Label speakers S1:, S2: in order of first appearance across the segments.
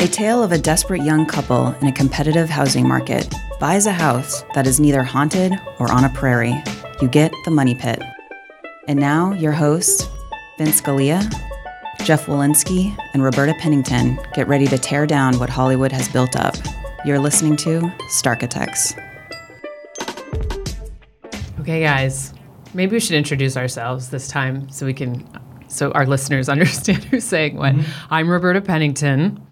S1: A tale of a desperate young couple in a competitive housing market buys a house that is neither haunted or on a prairie. You get the money pit. And now, your hosts, Vince Scalia, Jeff Walensky, and Roberta Pennington get ready to tear down what Hollywood has built up. You're listening to Starkitects.
S2: Okay, guys, maybe we should introduce ourselves this time so we can, so our listeners understand who's saying what.
S3: Mm-hmm.
S2: I'm Roberta Pennington.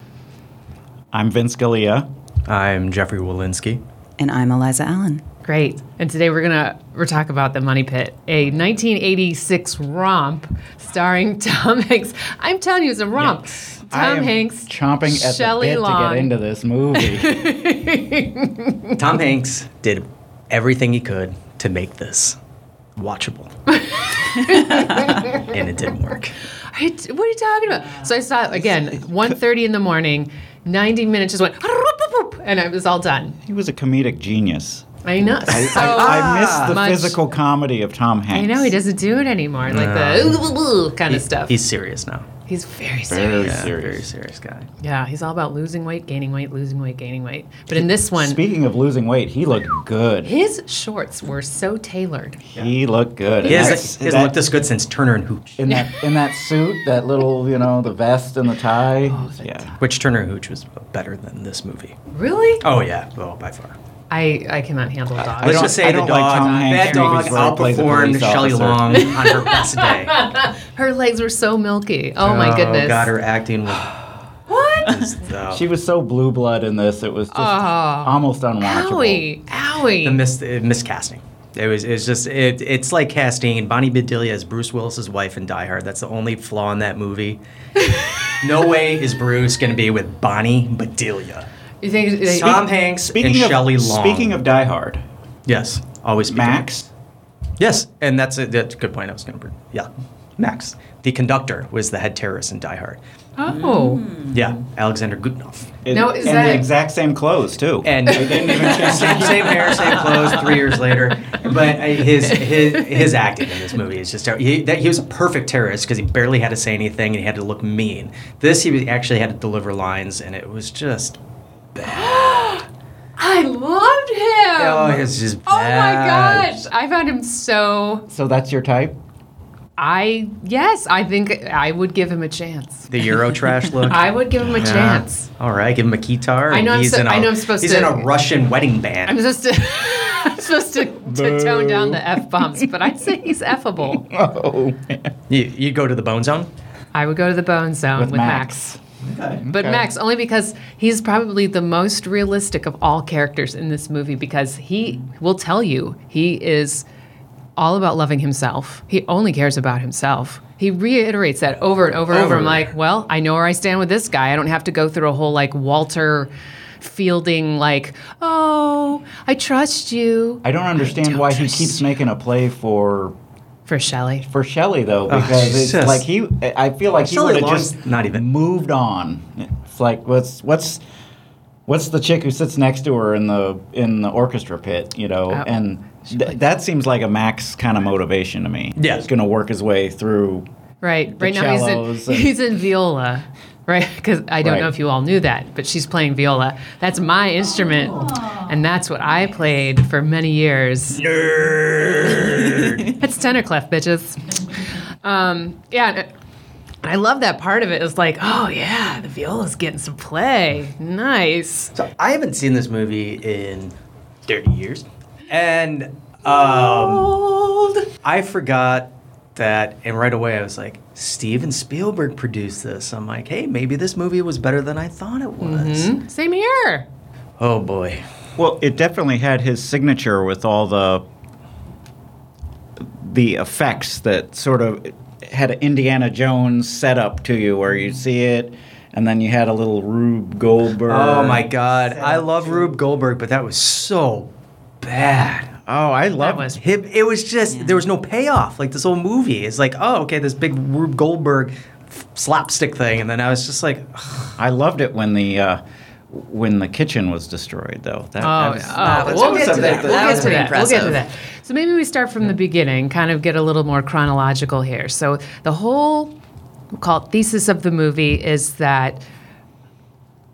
S3: I'm Vince Galea.
S4: I'm Jeffrey Walensky.
S1: And I'm Eliza Allen.
S2: Great. And today we're gonna we're talk about the Money Pit, a 1986 romp starring Tom Hanks. I'm telling you, it's a romp. Tom
S3: I am
S2: Hanks,
S3: chomping at
S2: Shelley
S3: the bit
S2: Long.
S3: to get into this movie.
S4: Tom Hanks did everything he could to make this watchable. and it didn't work.
S2: I d- what are you talking about? So I saw it again, 1:30 in the morning. 90 minutes just went, and it was all done.
S3: he was a comedic genius.
S2: I know. so
S3: I miss the
S2: much-
S3: physical comedy of Tom Hanks.
S2: I know he doesn't do it anymore, like the kind of stuff.
S4: He's serious now.
S2: He's very
S3: Very
S2: serious.
S4: Yeah, Very
S3: serious.
S4: serious guy.
S2: Yeah, he's all about losing weight, gaining weight, losing weight, gaining weight. But in this one,
S3: Speaking of losing weight, he looked good.
S2: his shorts were so tailored.
S3: He looked good.
S4: He
S3: And
S4: hasn't,
S3: that's-
S4: he hasn't
S3: that-
S4: looked this good since Turner and Hooch,
S3: in that in that suit, that little you know the vest and the tie.
S2: Oh,
S3: yeah,
S4: which Turner and Hooch was better than this movie.
S2: Really?
S4: Oh, yeah. Oh, by far.
S2: I, I cannot handle dogs.
S4: Let's
S3: don't-
S4: just
S3: I
S4: say the
S3: don't
S4: dog,
S3: like Tom Hanks
S4: that dog
S3: because where he plays a
S4: outperformed
S3: police
S4: Shelley
S3: officer.
S4: Long on her best day.
S2: her legs were so milky. Oh, my goodness.
S4: God, her acting was.
S2: What?
S4: the-
S3: she was so blue blood in this; it
S2: Oh.
S3: was just almost unwatchable.
S2: Owie. Owie.
S4: the mis- uh, miscasting. It was it's just it, it's like casting Bonnie Bedelia as Bruce Willis's wife in Die Hard. That's the only flaw in that movie. no way is Bruce going to be with Bonnie Bedelia.
S2: you think they-
S4: Tom Hanks
S3: Speaking
S4: and
S3: of
S4: Shelley Long.
S3: speaking of Die Hard,
S4: yes, always speaking of-
S3: Max.
S4: Yes, and that's a, that's a good point. I was going to bring. Yeah, Max, the conductor, was the head terrorist in Die Hard.
S2: Oh.
S4: Yeah, Alexander Gutnoff.
S3: It-
S2: No, is
S3: and
S2: that-
S3: the exact same clothes too.
S4: and
S3: they didn't even change.
S4: same, same hair, same clothes. Three years later, but uh, his his his acting in this movie is just he, that he was a perfect terrorist because he barely had to say anything and he had to look mean. This he actually had to deliver lines and it was just
S2: I loved
S4: oh,
S2: him.
S4: it was just
S2: Um, Oh my
S4: bad.
S2: gosh. I found him so.
S3: So that's your type.
S2: I, yes, I think I would give him a chance.
S4: The Euro trash look.
S2: I would give him a
S4: Yeah.
S2: chance.
S4: All right, give him a guitar.
S2: I know
S4: and
S2: I'm
S4: he's
S2: so-
S4: in a-
S2: I know I'm supposed
S4: he's
S2: to-
S4: in a Russian wedding band.
S2: I'm supposed to I'm supposed to, to tone down the f bombs, but I'd say he's effable.
S3: Oh,
S4: you, you go to the Bone Zone.
S2: I would go to the bone zone with,
S3: With
S2: Max.
S3: Max.
S2: But
S3: Okay.
S2: Max, only because he's probably the most realistic of all characters in this movie because he will tell you he is all about loving himself. He only cares about himself. He reiterates that over and over and over. I'm
S4: Over.
S2: like, well, I know where I stand with this guy. I don't have to go through a whole like Walter Fielding, like, oh, I trust you.
S3: I don't understand
S2: don't
S3: why he
S2: trust
S3: keeps making a play for
S2: For Shelley.
S3: for Shelley though, because it's
S4: Oh, Jesus.
S3: like he. I feel like he
S4: Shelley
S3: would have
S4: Long's
S3: just
S4: not even-
S3: moved on. It's like what's what's what's the chick who sits next to her in the in the orchestra pit, you know,
S2: Oh.
S3: and th- that seems like a Max kind of motivation to me.
S4: Yeah.
S3: he's going to work his way through.
S2: Right.
S3: the
S2: right now he's
S3: cellos
S2: in
S3: and-
S2: he's in viola. Right? Cuz I don't know
S3: Right.
S2: if you all knew that, but she's playing viola. That's my instrument. And that's what I played for many years. it's tenor clef, bitches. Um, yeah, and and I love that part of it. It's like, oh yeah, the viola's getting some play. Nice.
S4: So I haven't seen this movie in 30 years. And um, I forgot that. And right away I was like, Steven Spielberg produced this. I'm like, hey, maybe this movie was better than I thought it was.
S2: Same here.
S4: Oh boy.
S3: Well, it definitely had his signature with all the the effects that sort of had an Indiana Jones setup to you, where you see it, and then you had a little Rube Goldberg.
S4: Oh my God. I love Rube Goldberg, but that was so bad.
S3: Oh, I
S2: That
S3: love
S2: was
S4: Him, it was just, there was no payoff. Like this whole movie is like, oh, okay, this big Rube Goldberg f- slapstick thing. And then I was just like,
S3: I loved it when the uh, when the kitchen was destroyed, though. That,
S2: Oh,
S3: that was-
S2: oh,
S4: was-
S2: we'll get
S4: that was
S2: to that.
S4: a- that
S2: We'll get
S4: was
S2: to
S4: pretty
S2: that. We'll get to
S5: impressive.
S2: that. So maybe we start from the beginning, kind of get a little more chronological here. So the whole we'll call it thesis of the movie is that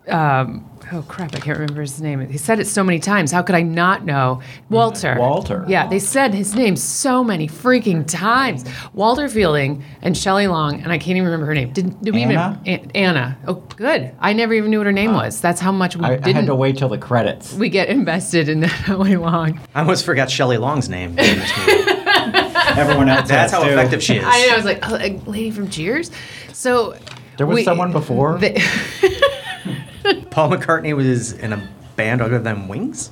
S2: um, oh crap, I can't remember his name. He said it so many times. How could I not know? Walter.
S5: Walter.
S2: Yeah, they said his name so many freaking times. Walter Fielding and Shelley Long, and I can't even remember her name. Did, did we
S3: Anna?
S2: even An- Anna? Oh, good. I never even knew what her name was. That's how much we
S5: Uh, I, I
S2: didn't.
S5: had to wait till the credits.
S2: we get invested in that way long.
S4: I almost forgot Shelley Long's name. in this movie.
S3: Everyone else has
S4: That's how
S3: too.
S4: effective she is.
S2: I know. I was like, oh, a lady from Cheers. So
S5: There was
S2: we-
S5: someone before.
S2: They,
S4: Paul McCartney was in a band other than Wings.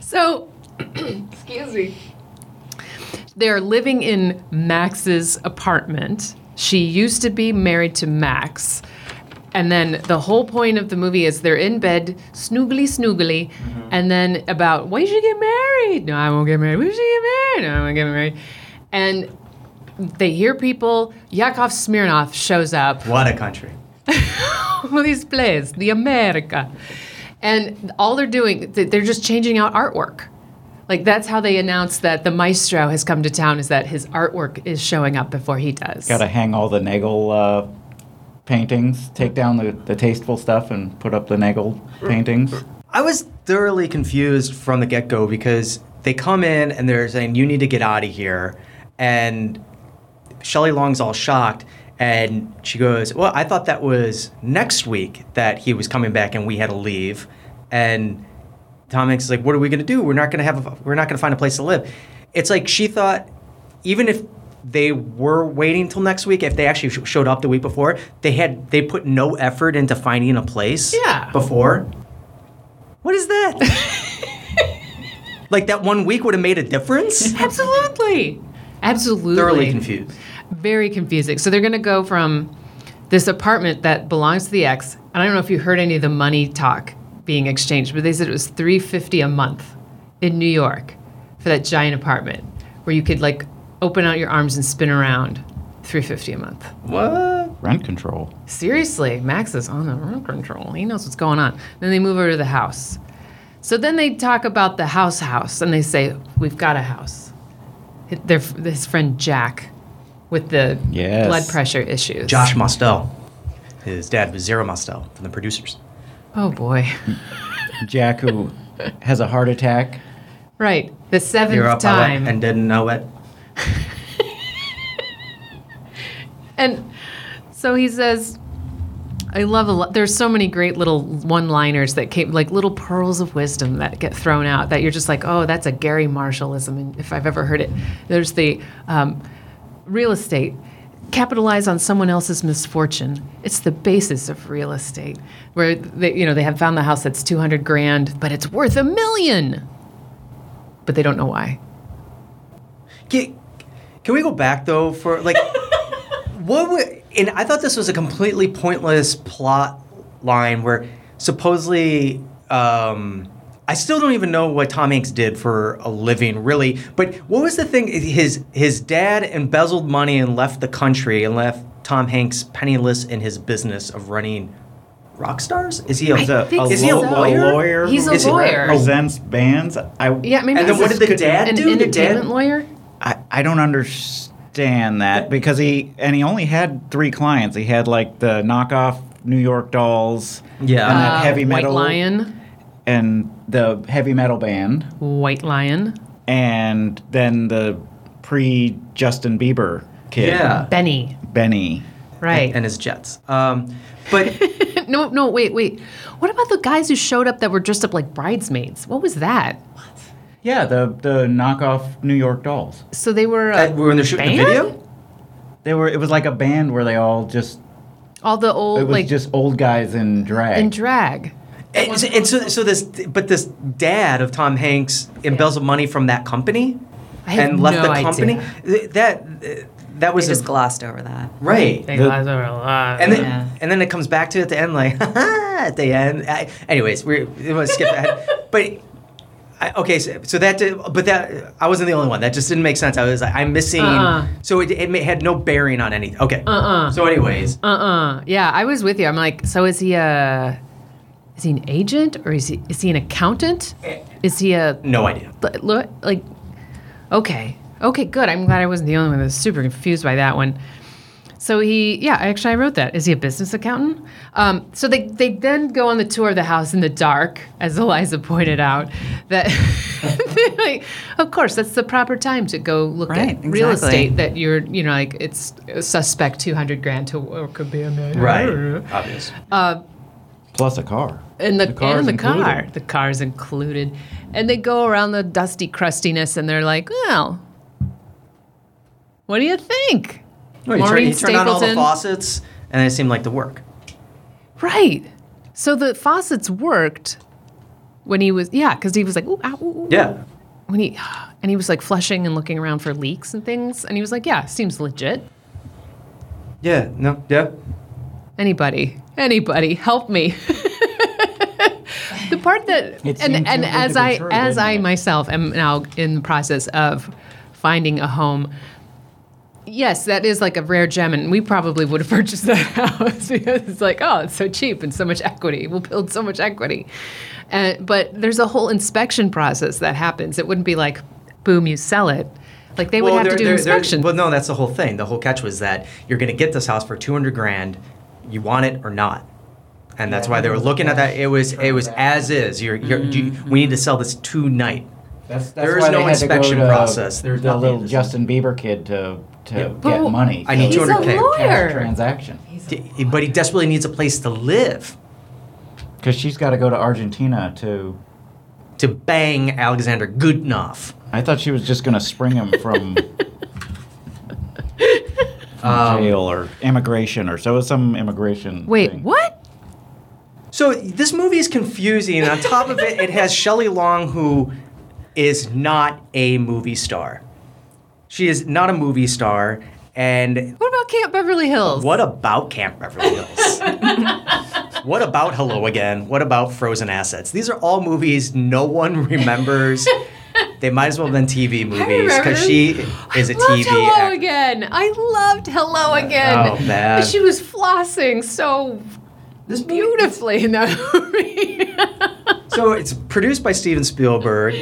S2: So, excuse me. They're living in Max's apartment. She used to be married to Max. And then the whole point of the movie is they're in bed, snoogly, snoogly,
S5: Mm-hmm.
S2: and then about, when should get married? No, I won't get married. When should I get married? No, I won't get married. And they hear people. Yakov Smirnov shows up
S4: What a country.
S2: this place, the America. And all they're doing, th- they're just changing out artwork. Like that's how they announce that the maestro has come to town is that his artwork is showing up before he does.
S3: Got to hang all the Nagel uh, paintings, take down the, the tasteful stuff, and put up the Nagel paintings.
S4: I was thoroughly confused from the get go because they come in and they're saying, You need to get out of here. And Shelley Long's all shocked. And she goes, Well, I thought that was next week that he was coming back and we had to leave. And Tom Hanks is like, What are we going to do? We're not going to have, a, we're not going to find a place to live. It's like she thought, even if they were waiting till next week, if they actually sh- showed up the week before, they had, they put no effort into finding a place
S2: Yeah.
S4: before. What is that? like that one week would have made a difference?
S2: Absolutely. Absolutely.
S4: Thoroughly confused.
S2: Very confusing. So they're going to go from this apartment that belongs to the ex. And I don't know if you heard any of the money talk being exchanged, but they said it was 350 a month in New York for that giant apartment where you could like open out your arms and spin around. 350 a month.
S4: What?
S3: Rent control.
S2: Seriously, Max is on the rent control. He knows what's going on. Then they move over to the house. So then they talk about the house house and they say, We've got a house. Their, his friend Jack with the
S3: Yes.
S2: blood pressure issues.
S4: Josh Mostel. His dad was Zero Mostel from the producers.
S2: Oh boy.
S3: Jack, who has a heart attack.
S2: Right. The seventh
S4: You're up all that
S2: time.
S4: and uh, didn't know it.
S2: And so he says, I love a lot. There's so many great little one liners that came, like little pearls of wisdom that get thrown out that you're just like, oh, that's a Gary Marshallism, and if I've ever heard it. There's the um, real estate. Capitalize on someone else's misfortune. It's the basis of real estate, where they, you know they have found the house that's 200 grand, but it's worth a million. But they don't know why.
S4: Can, can we go back though for like what would and I thought this was a completely pointless plot line where supposedly um I still don't even know what Tom Hanks did for a living, really. But what was the thing? His his dad embezzled money and left the country and left Tom Hanks penniless in his business of running rock stars. Is he a,
S3: He's a,
S2: think
S3: a
S2: Is he
S4: a
S3: lo-
S4: lawyer?
S3: lawyer
S2: He's a
S3: who
S2: lawyer.
S3: Represents bands. I,
S2: Yeah, maybe
S4: And then
S2: this
S4: what
S2: is
S4: did the
S3: could-
S4: dad
S2: an
S4: do? The dad
S2: entertainment lawyer.
S3: I, I don't understand that because he and he only had three clients. He had like the knockoff New York Dolls,
S4: Yeah.
S3: and
S2: Uh,
S3: that heavy metal,
S2: White Lion.
S3: and the heavy metal band,
S2: White Lion.
S3: and then the pre Justin Bieber kid,
S4: Yeah.
S2: Benny.
S3: Benny.
S2: Right.
S4: and his Jets. Um, but
S2: no, no, wait, wait. What about the guys who showed up that were dressed up like bridesmaids? What was that?
S3: Yeah, the the knockoff New York Dolls.
S2: So they were
S4: uh,
S2: uh,
S4: when they're shooting
S2: band?
S4: the video,
S3: They were. It was like a band where they all just.
S2: all the
S3: It
S2: old
S3: was
S2: like
S3: just old guys in drag.
S2: in drag.
S4: And, so- and so, so this, but this dad of Tom Hanks embezzled money from that company
S2: I have
S4: and left
S2: no
S4: the company.
S2: idea.
S4: Th- That uh, that
S1: We
S4: was
S1: just
S4: a,
S1: glossed over that.
S4: right.
S2: They
S3: The-
S2: guys are a lot.
S4: and then,
S1: Yeah.
S4: and then it comes back to it at the end, like at the end. I, anyways, we're we want to skip that. But I, okay, so, so that did, but that I wasn't the only one. That just didn't make sense. I was like, I'm missing.
S2: Uh-uh.
S4: So it, it ma- had no bearing on anything. Okay.
S2: Uh-uh.
S4: So anyways,
S2: uh uh Yeah, I was with you. I'm like, so is he a is he an agent or is he is he an accountant?
S3: Eh.
S2: Is he a
S4: no idea.
S2: But look, like, okay, okay, good. I'm glad I wasn't the only one that was super confused by that one. So he, yeah, actually, I wrote that. Is he a business accountant? Um, so they, they then go on the tour of the house in the dark, as Eliza pointed out. That, like, of course, that's the proper time to go look at
S1: Right,
S2: real
S1: exactly.
S2: estate that you're, you know, like it's a suspect 200 grand to, or could be a million. Uh-uh.
S4: Right. Obvious.
S3: Plus a car.
S2: And the,
S3: car
S2: and
S3: is
S2: the
S3: included.
S2: car, the car's included, and they go around the dusty crustiness, and they're like, "Well, what do you think?"
S4: Well, Oh, you turn,
S2: Maureen
S4: you turn on all the
S2: Stapleton.
S4: faucets, and they seem like the work.
S2: Right. So the faucets worked when he was yeah, because he was like ooh, ow, ooh, ooh.
S4: Yeah.
S2: when he and he was like flushing and looking around for leaks and things, and he was like yeah, seems legit.
S4: Yeah. No. Yeah.
S2: Anybody, anybody, help me. the part that and
S3: It seems
S2: and
S3: too good
S2: as
S3: to be
S2: I
S3: true,
S2: as
S3: doesn't
S2: I
S3: it?
S2: myself am now in the process of finding a home. Yes, that is like a rare gem, and we probably would have purchased that house because it's like, oh, it's so cheap and so much equity. We'll build so much equity. And, but there's a whole inspection process that happens. It wouldn't be like, boom, you sell it. Like they would have to do
S4: they're-
S2: an
S4: they're-
S2: inspection.
S4: Well, no, that's the whole thing. The whole catch was that you're going to get this house for 200 grand, you want it or not. And that's why they were looking at that. It was it was as is. You're, you're, do you, we need to sell this tonight.
S3: That's, that's
S4: There is
S3: why they
S4: no
S3: had to go
S4: inspection
S3: to
S4: process.
S3: There's
S4: There's
S3: the
S4: nothing
S3: little
S4: in this.
S3: Justin Bieber kid to to get
S2: But
S3: money.
S4: I need
S3: so
S2: He's a
S4: 200K.
S3: cash
S2: lawyer.
S3: transaction
S4: D- But he desperately needs a place to live
S3: because she's got to go to Argentina to.
S4: to bang Alexander Goodenough.
S3: I thought she was just gonna spring him from. from
S4: Um,
S3: jail or immigration or so it was some immigration
S2: Wait,
S3: thing.
S2: what?
S4: So this movie is confusing, and on top of it, it has Shelley Long, who is not a movie star. She is not a movie star, and
S2: What about Camp Beverly Hills?
S4: what about Camp Beverly Hills? what about Hello Again? What about Frozen Assets? These are all movies no one remembers. they might as well have been TV movies
S2: remember
S4: because she is a
S2: loved
S4: TV
S2: Hello
S4: actor.
S2: Again. I loved Hello Again.
S4: oh, man.
S2: She was flossing so
S4: This movie-
S2: beautifully in that movie.
S4: so it's produced by Steven Spielberg,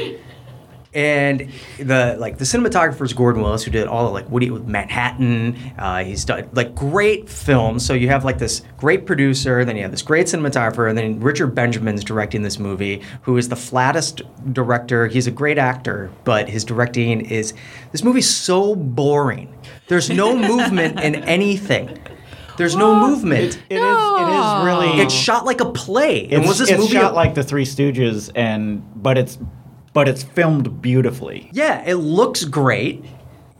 S4: and the like the cinematographer is Gordon Willis, who did all of like Woody with Manhattan. Uh, he's done like great films. So you have like this great producer, then you have this great cinematographer, and then Richard Benjamin's directing this movie, who is the flattest director. He's a great actor, but his directing is this movie's so boring. There's no movement in anything. There's no movement.
S3: It is. it is really
S4: It's shot like a play. and
S3: It's-
S4: was this
S3: it's
S4: movie
S3: shot
S4: a-
S3: like the Three Stooges, and but it's but it's filmed beautifully.
S4: Yeah, it looks great.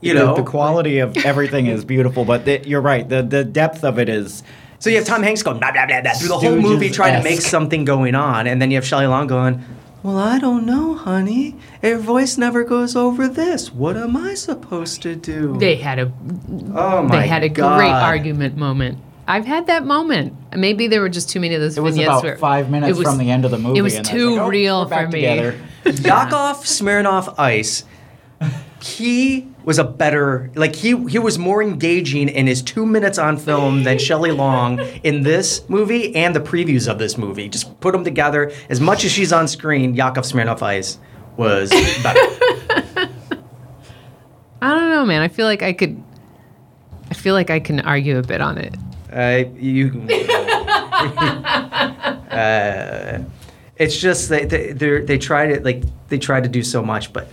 S4: You
S3: The-
S4: know,
S3: the quality of everything is beautiful, but the, you're right. The the depth of it is
S4: So you have Tom Hanks going blah blah blah blah through the whole movie trying to make
S3: Stooges-esque.
S4: something going on, and then you have Shelley Long going, "Well, I don't know, honey. Your voice never goes over this. What am I supposed to do?"
S2: they had a
S4: oh my
S2: they had a
S4: God.
S2: great argument moment. I've had that moment. Maybe there were just too many of those
S3: it was
S2: vignettes where-
S3: about five minutes
S2: it was-
S3: from the end of the movie.
S2: It was
S3: and that's
S2: too
S3: like, oh,
S2: real
S3: we're
S2: for
S3: back
S2: me.
S3: together.
S4: Yakov Smirnoff Ice. He was a better, like he he was more engaging in his two minutes on film than Shelley Long in this movie and the previews of this movie. Just put them together. As much as she's on screen, Yakov Smirnoff Ice was better.
S2: I don't know, man. I feel like I could. I feel like I can argue a bit on it.
S4: uh, you. Uh, it's just that they they're- they tried it like they tried to do so much, but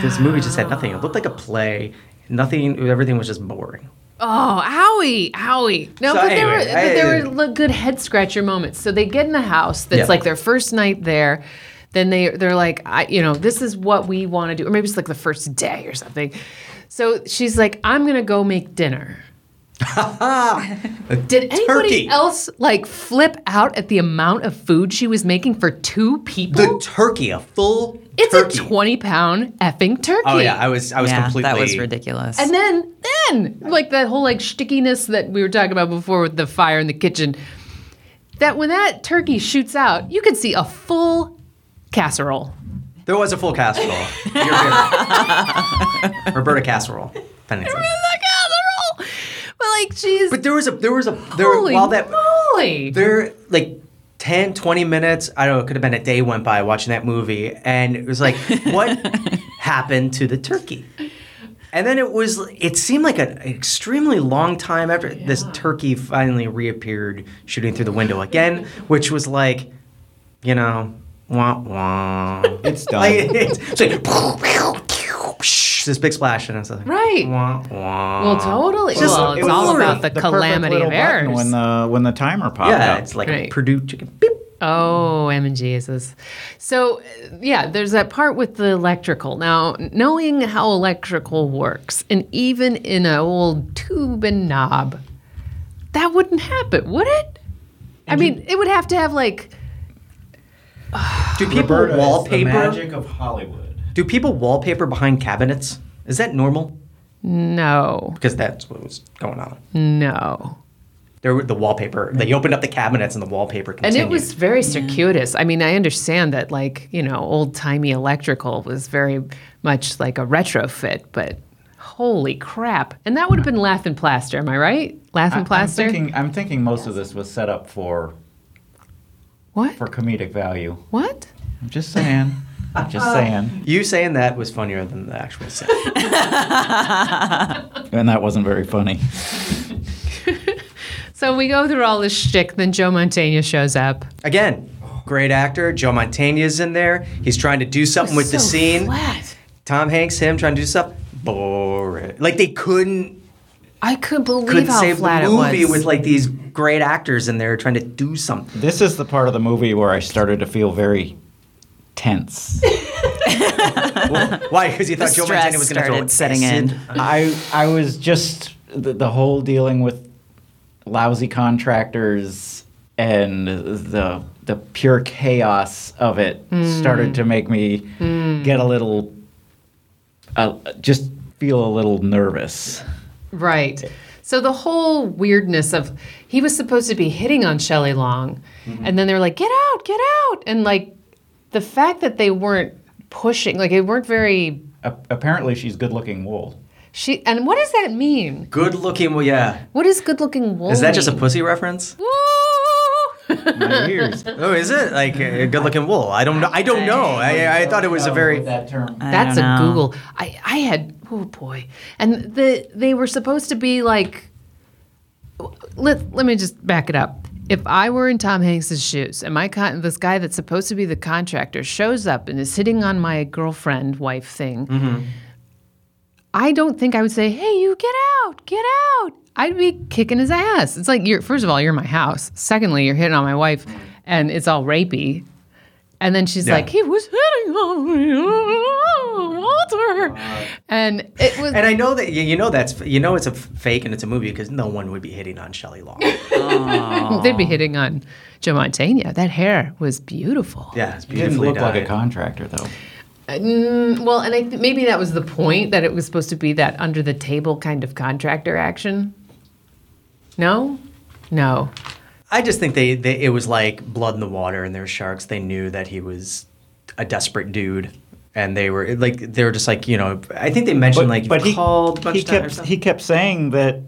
S4: this movie just had nothing. It looked like a play. Nothing. Everything was just boring.
S2: Oh, owie, owie. No,
S4: So
S2: but there
S4: anyway,
S2: were but there
S4: I-
S2: were li- good head scratcher moments. So they get in the house. That's
S4: Yeah.
S2: like their first night there. Then they they're like, I, you know, this is what we want to do, or maybe it's like the first day or something. So she's like, I'm gonna go make dinner. Did anybody
S4: turkey.
S2: else like flip out at the amount of food she was making for two people?
S4: The turkey, a full
S2: it's
S4: turkey.
S2: a twenty pound effing turkey.
S4: Oh yeah, I was I was
S1: yeah,
S4: completely
S1: that was ridiculous.
S2: And then, then, like that whole like stickiness that we were talking about before with the fire in the kitchen, that when that turkey shoots out, you can see a full casserole.
S4: There was a full casserole. You're right. Roberta casserole. Pennington.
S2: A casserole! But like she's
S4: But there was a there was a there
S2: holy
S4: while that
S2: moly!
S4: there like 10 20 minutes i don't know it could have been a day went by watching that movie and it was like what happened to the turkey And then it was, it seemed like an extremely long time after this turkey finally reappeared shooting through the window again, which was like, you know, wah wah.
S3: It's done.
S4: Like, it's, it's like, this big splash, and I was like,
S2: Right.
S4: wah wah.
S2: Well, totally.
S4: Just-
S2: well, it's
S4: it was
S2: all
S4: already
S2: about the,
S3: perfect
S2: calamity
S3: little
S2: of
S3: button
S2: errors.
S3: When the when the timer popped
S4: Yeah,
S3: up.
S4: it's like
S2: Right.
S4: a Purdue chicken. Beep.
S2: Oh, M and Jesus. So, uh, yeah, there's that part with the electrical. Now, knowing how electrical works, and even in an old tube and knob, that wouldn't happen, would it? I mean, it would have to have like
S4: Do people
S3: Roberta, it's the
S4: wallpaper?
S3: magic of Hollywood.
S4: Do people wallpaper behind cabinets? Is that normal?
S2: no,
S4: Because that's what was going on.
S2: no.
S4: There were the wallpaper. They opened up the cabinets and the wallpaper
S2: And
S4: continued.
S2: it was very circuitous. I mean, I understand that, like, you know, old timey electrical was very much like a retrofit, but holy crap. And that would have been lath and plaster, am I right? Lath and plaster?
S3: I'm thinking, I'm thinking most of this was set up for
S2: what?
S3: for comedic value.
S2: what?
S3: I'm just saying. I'm just saying.
S4: You saying that was funnier than the actual set.
S3: And that wasn't very funny.
S2: So we go through all this shtick, then Joe Montana shows up.
S4: Again, great actor. Joe Montana's in there. He's trying to do something with the
S2: So
S4: scene.
S2: flat.
S4: Tom Hanks, him trying to do stuff. Boring. Like they couldn't
S2: I couldn't believe
S4: couldn't
S2: how
S4: save
S2: flat
S4: the movie
S2: it was.
S4: with like these great actors in there trying to do something.
S3: This is the part of the movie where I started to feel very tense.
S4: Why? Because you thought Joe
S1: stress
S4: Montana was going to throw
S1: started setting in.
S4: acid.
S3: I I was just the, the whole dealing with lousy contractors and the the pure chaos of it
S2: Hmm.
S3: started to make me get a little uh, just feel a little nervous.
S2: Right. So the whole weirdness of he was supposed to be hitting on Shelley Long,
S4: Mm-hmm.
S2: and then they were like, "Get out, get out!" And like the fact that they weren't pushing, like they weren't very.
S3: A- apparently she's good-looking wool.
S2: She and what does that mean?
S4: Good looking. Well, yeah.
S2: What is good looking wool?
S4: Is that just a
S2: mean?
S4: pussy reference?
S2: Woo!
S3: My ears.
S4: Oh, is it like uh, good looking wool? I don't know. I don't know. I, I thought it was a very
S3: that term.
S4: Uh,
S2: That's a
S1: don't know.
S2: Google. I, I had oh boy, and the they were supposed to be like. Let let me just back it up. If I were in Tom Hanks's shoes, and my con- this guy that's supposed to be the contractor shows up and is hitting on my girlfriend wife thing,
S1: Mm-hmm.
S2: I don't think I would say, "Hey, you get out, get out." I'd be kicking his ass. It's like you're first of all, you're in my house. Secondly, you're hitting on my wife, and it's all rapey. And then she's like, "He was hitting on me, Walter," and it was.
S4: And I know that you- you know that's you know it's a f- fake and it's a movie because no one would be hitting on Shelley Long.
S2: they'd be hitting on Joe Montana. That hair was beautiful.
S4: yeah, it's
S3: He didn't
S4: beautifully
S3: look like a
S4: done.
S3: contractor though.
S2: Mm, well, and I th- maybe that was the point that it was supposed to be that under the table kind of contractor action. No, no.
S4: I just think they, they it was like blood in the water and there were sharks. They knew that he was a desperate dude, and they were like they were just like you know I think they mentioned like you've called a bunch
S3: he
S4: of times or
S3: kept
S4: something.
S3: he kept saying that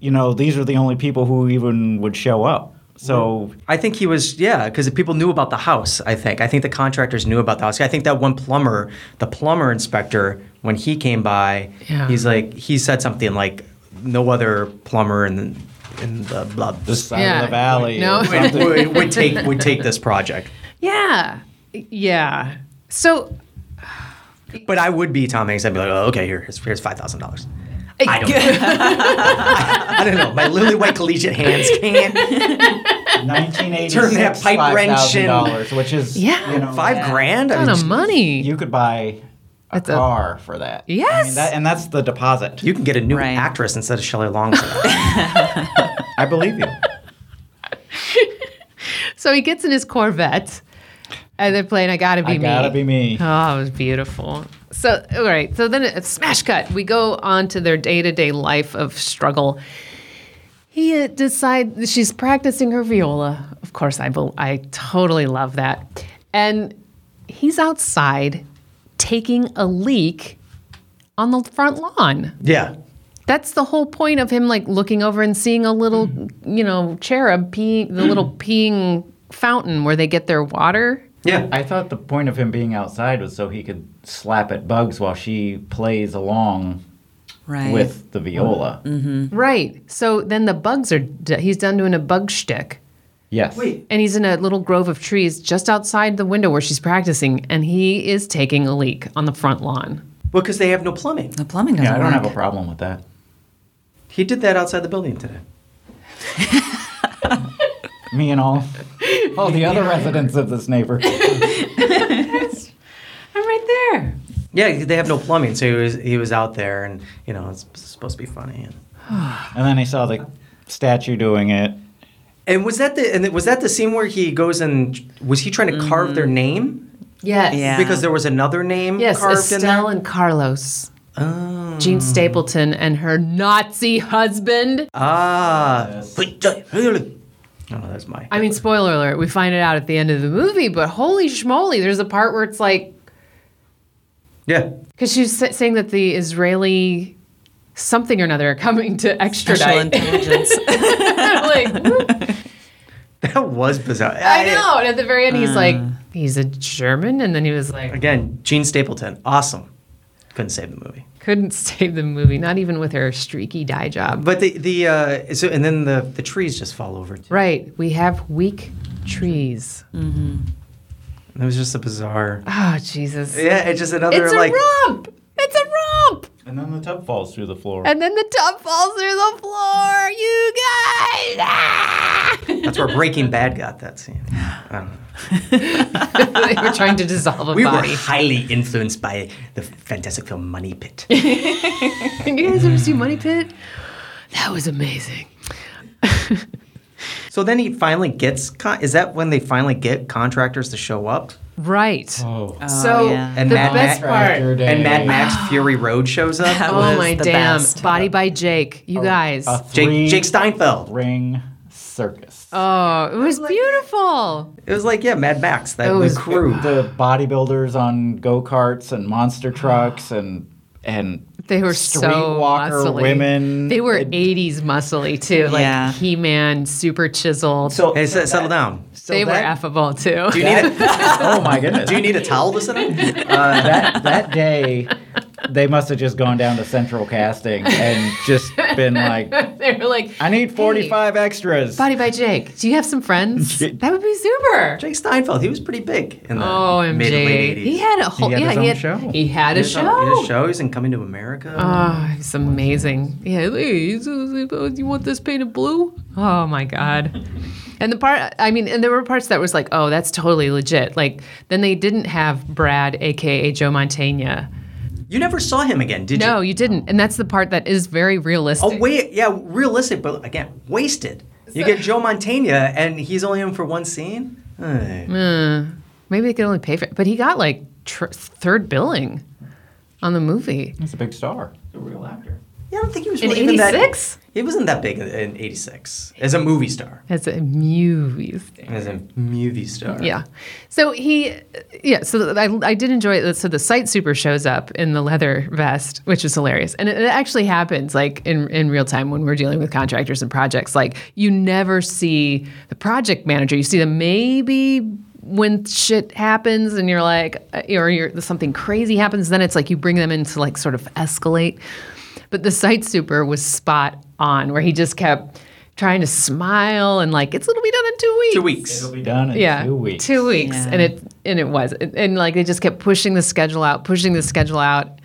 S3: you know these are the only people who even would show up. So
S4: I think he was, yeah, because people knew about the house. I think. I think the contractors knew about the house. I think that one plumber, the plumber inspector, when he came by,
S2: Yeah.
S4: he's like, he said something like, "No other plumber in the, in the blah,
S3: this side
S2: Yeah.
S3: of the valley,
S2: No.
S3: or something.
S4: would, would take would take this project."
S2: Yeah, yeah. So
S4: But I would be Tom Hanks. I'd be like, "Oh, okay, here, here's, here's five thousand dollars." I don't. Know. I, don't know. My lily white collegiate hands can't.
S3: 1986,
S4: Turn that pipe wrench in.
S3: $5,000, which is
S2: Yeah.
S3: you know,
S4: Five grand. I
S2: ton
S4: mean,
S2: of money.
S3: You could buy a
S2: That's a-
S3: car for that. I mean,
S2: Yes.
S3: that- and that's the deposit.
S4: you can get a new
S1: Right.
S4: actress instead of Shelley Long. for that.
S3: I believe you.
S2: so he gets in his Corvette, and they're playing "I Gotta Be
S3: I
S2: Me."
S3: gotta be me.
S2: Oh, it was beautiful. So, all right. So then, it's smash cut. We go on to their day to day life of struggle. He uh, decides she's practicing her viola. Of course, I bel I totally love that. And he's outside taking a leak on the front lawn.
S4: yeah.
S2: That's the whole point of him like looking over and seeing a little, you know, cherub peeing, the little peeing fountain where they get their water.
S4: Yeah.
S3: I thought the point of him being outside was so he could slap at Bugs while she plays along
S1: Right.
S3: with the viola.
S2: Right. So then the bugs are, d- he's done doing a bug shtick.
S3: Yes.
S2: And he's in a little grove of trees just outside the window where she's practicing, and he is taking a leak on the front lawn.
S4: Well, because they have no plumbing.
S1: the plumbing doesn't
S3: Yeah, I don't
S1: work.
S3: have a problem with that.
S4: He did that outside the building today.
S3: Me and all, all the other residents of this neighborhood.
S1: I'm right there.
S4: Yeah, they have no plumbing, so he was he was out there, and you know it's supposed to be funny. And,
S3: And then I saw the statue doing it.
S4: and was that the and was that the scene where he goes and was he trying to carve their name
S2: Yes.
S1: Yeah.
S4: because there was another name
S2: Mm-hmm. Yes,
S4: carved
S2: Estelle and Carlos. Oh.
S1: Mm.
S2: Jean Stapleton and her Nazi husband.
S4: in there? Ah, no, no, that's my.
S2: I mean, spoiler alert, we find it out at the end of the movie, but holy schmoly, there's a part where it's like,
S4: yeah,
S2: because she's sa- saying that the Israeli something or another are coming to
S1: Special
S2: extradite.
S1: intelligence.
S2: like,
S4: that was bizarre.
S2: I know. And at the very end, he's like,
S4: Uh.
S2: he's a German. And then he was like,
S4: Again, Gene Stapleton, awesome. Couldn't save the movie.
S2: couldn't save the movie, not even with her streaky dye job.
S4: But the the uh, so and then the the trees just fall over. Too.
S2: Right. We have weak trees.
S4: It was just a bizarre.
S2: Oh, Jesus.
S4: Yeah, it's just another
S2: It's a
S4: like.
S2: romp. It's a romp.
S3: And then the tub falls through the floor.
S2: And then the tub falls through the floor. You guys. Ah!
S4: That's where Breaking Bad got that scene. I don't know.
S2: they were trying to dissolve a
S4: We
S2: body.
S4: were highly influenced by the fantastic film Money Pit.
S2: you guys ever see Money Pit? That was amazing.
S4: so then he finally gets. Con- is that when they finally get contractors to show up?
S2: Right.
S3: oh.
S2: so
S1: yeah.
S4: And
S2: the
S4: Mad
S2: best
S4: Max
S2: part.
S3: Tractor Day.
S4: And Mad Max Fury Road shows up.
S1: That
S2: Oh
S1: was
S2: my
S1: the
S2: damn!
S1: best.
S2: Body by Jake. You guys.
S3: Oh. A
S4: Jake, Jake Steinfeld.
S3: ring circus.
S2: Oh, it was beautiful.
S4: It was like yeah, Mad Max. That
S2: It
S4: the
S2: was-
S4: crew.
S3: The bodybuilders on go karts and monster trucks and and
S2: They were so
S3: streetwalker
S2: muscly.
S3: women.
S2: They were
S3: It-
S2: 80s muscly too, like
S1: Yeah.
S2: He-Man, super chiseled.
S3: so
S4: Hey, s- settle down.
S3: so
S2: they were
S3: that-
S2: affable too.
S4: uh, Do you need a,
S3: oh my goodness.
S4: Do you need a towel to sit on?
S3: uh, that that day, they must have just gone down to central casting and just been like,
S2: they were like,
S3: "I need forty five extras."
S2: Body by Jake. Do you have some friends? that would be super.
S4: Jake Steinfeld, he was pretty big in the mid to late
S2: OMG.
S4: 80s.
S2: Oh, He had a whole
S3: He had
S2: yeah,
S3: his
S2: he
S3: own
S2: had,
S3: show.
S2: He had a
S4: He was on- he
S2: show.
S4: had a show. He's in Coming to America.
S2: Oh, it's amazing. Yeah, hey, so- so- you want this painted blue? Oh my god. And the part, I mean, and there were parts that was like, oh, that's totally legit. Like, then they didn't have Brad, aka Joe Montana.
S4: you never saw him again, did
S2: No,
S4: you?
S2: you didn't. And that's the part that is very realistic.
S4: Oh, wait, yeah, realistic, but again, wasted. You get Joe Montana, and he's only in for one scene. Eh.
S2: Mm. Maybe they could only pay for it. But he got like tr- third billing on the movie.
S3: He's a big star.
S4: A real actor. Yeah, I don't think he was
S2: In
S4: really even that-
S2: 86?
S4: He wasn't that big in- in '86 as a movie star.
S2: That's a movie.
S4: As a movie star.
S2: Yeah. So he, yeah. So I, I did enjoy it. So the site super shows up in the leather vest, which is hilarious. And it, it actually happens like in, in real time when we're dealing with contractors and projects. Like you never see the project manager. You see them maybe when shit happens and you're like, uh, or you're, something crazy happens. Then it's like you bring them in to like sort of escalate. But the site super was spot on where he just kept trying to smile and like, it's, it'll be done in two weeks
S4: Two weeks.
S3: It'll be done in
S2: yeah,
S3: two weeks.
S2: two weeks, and it and it was, and, and, like they just kept pushing the schedule out, pushing the schedule out.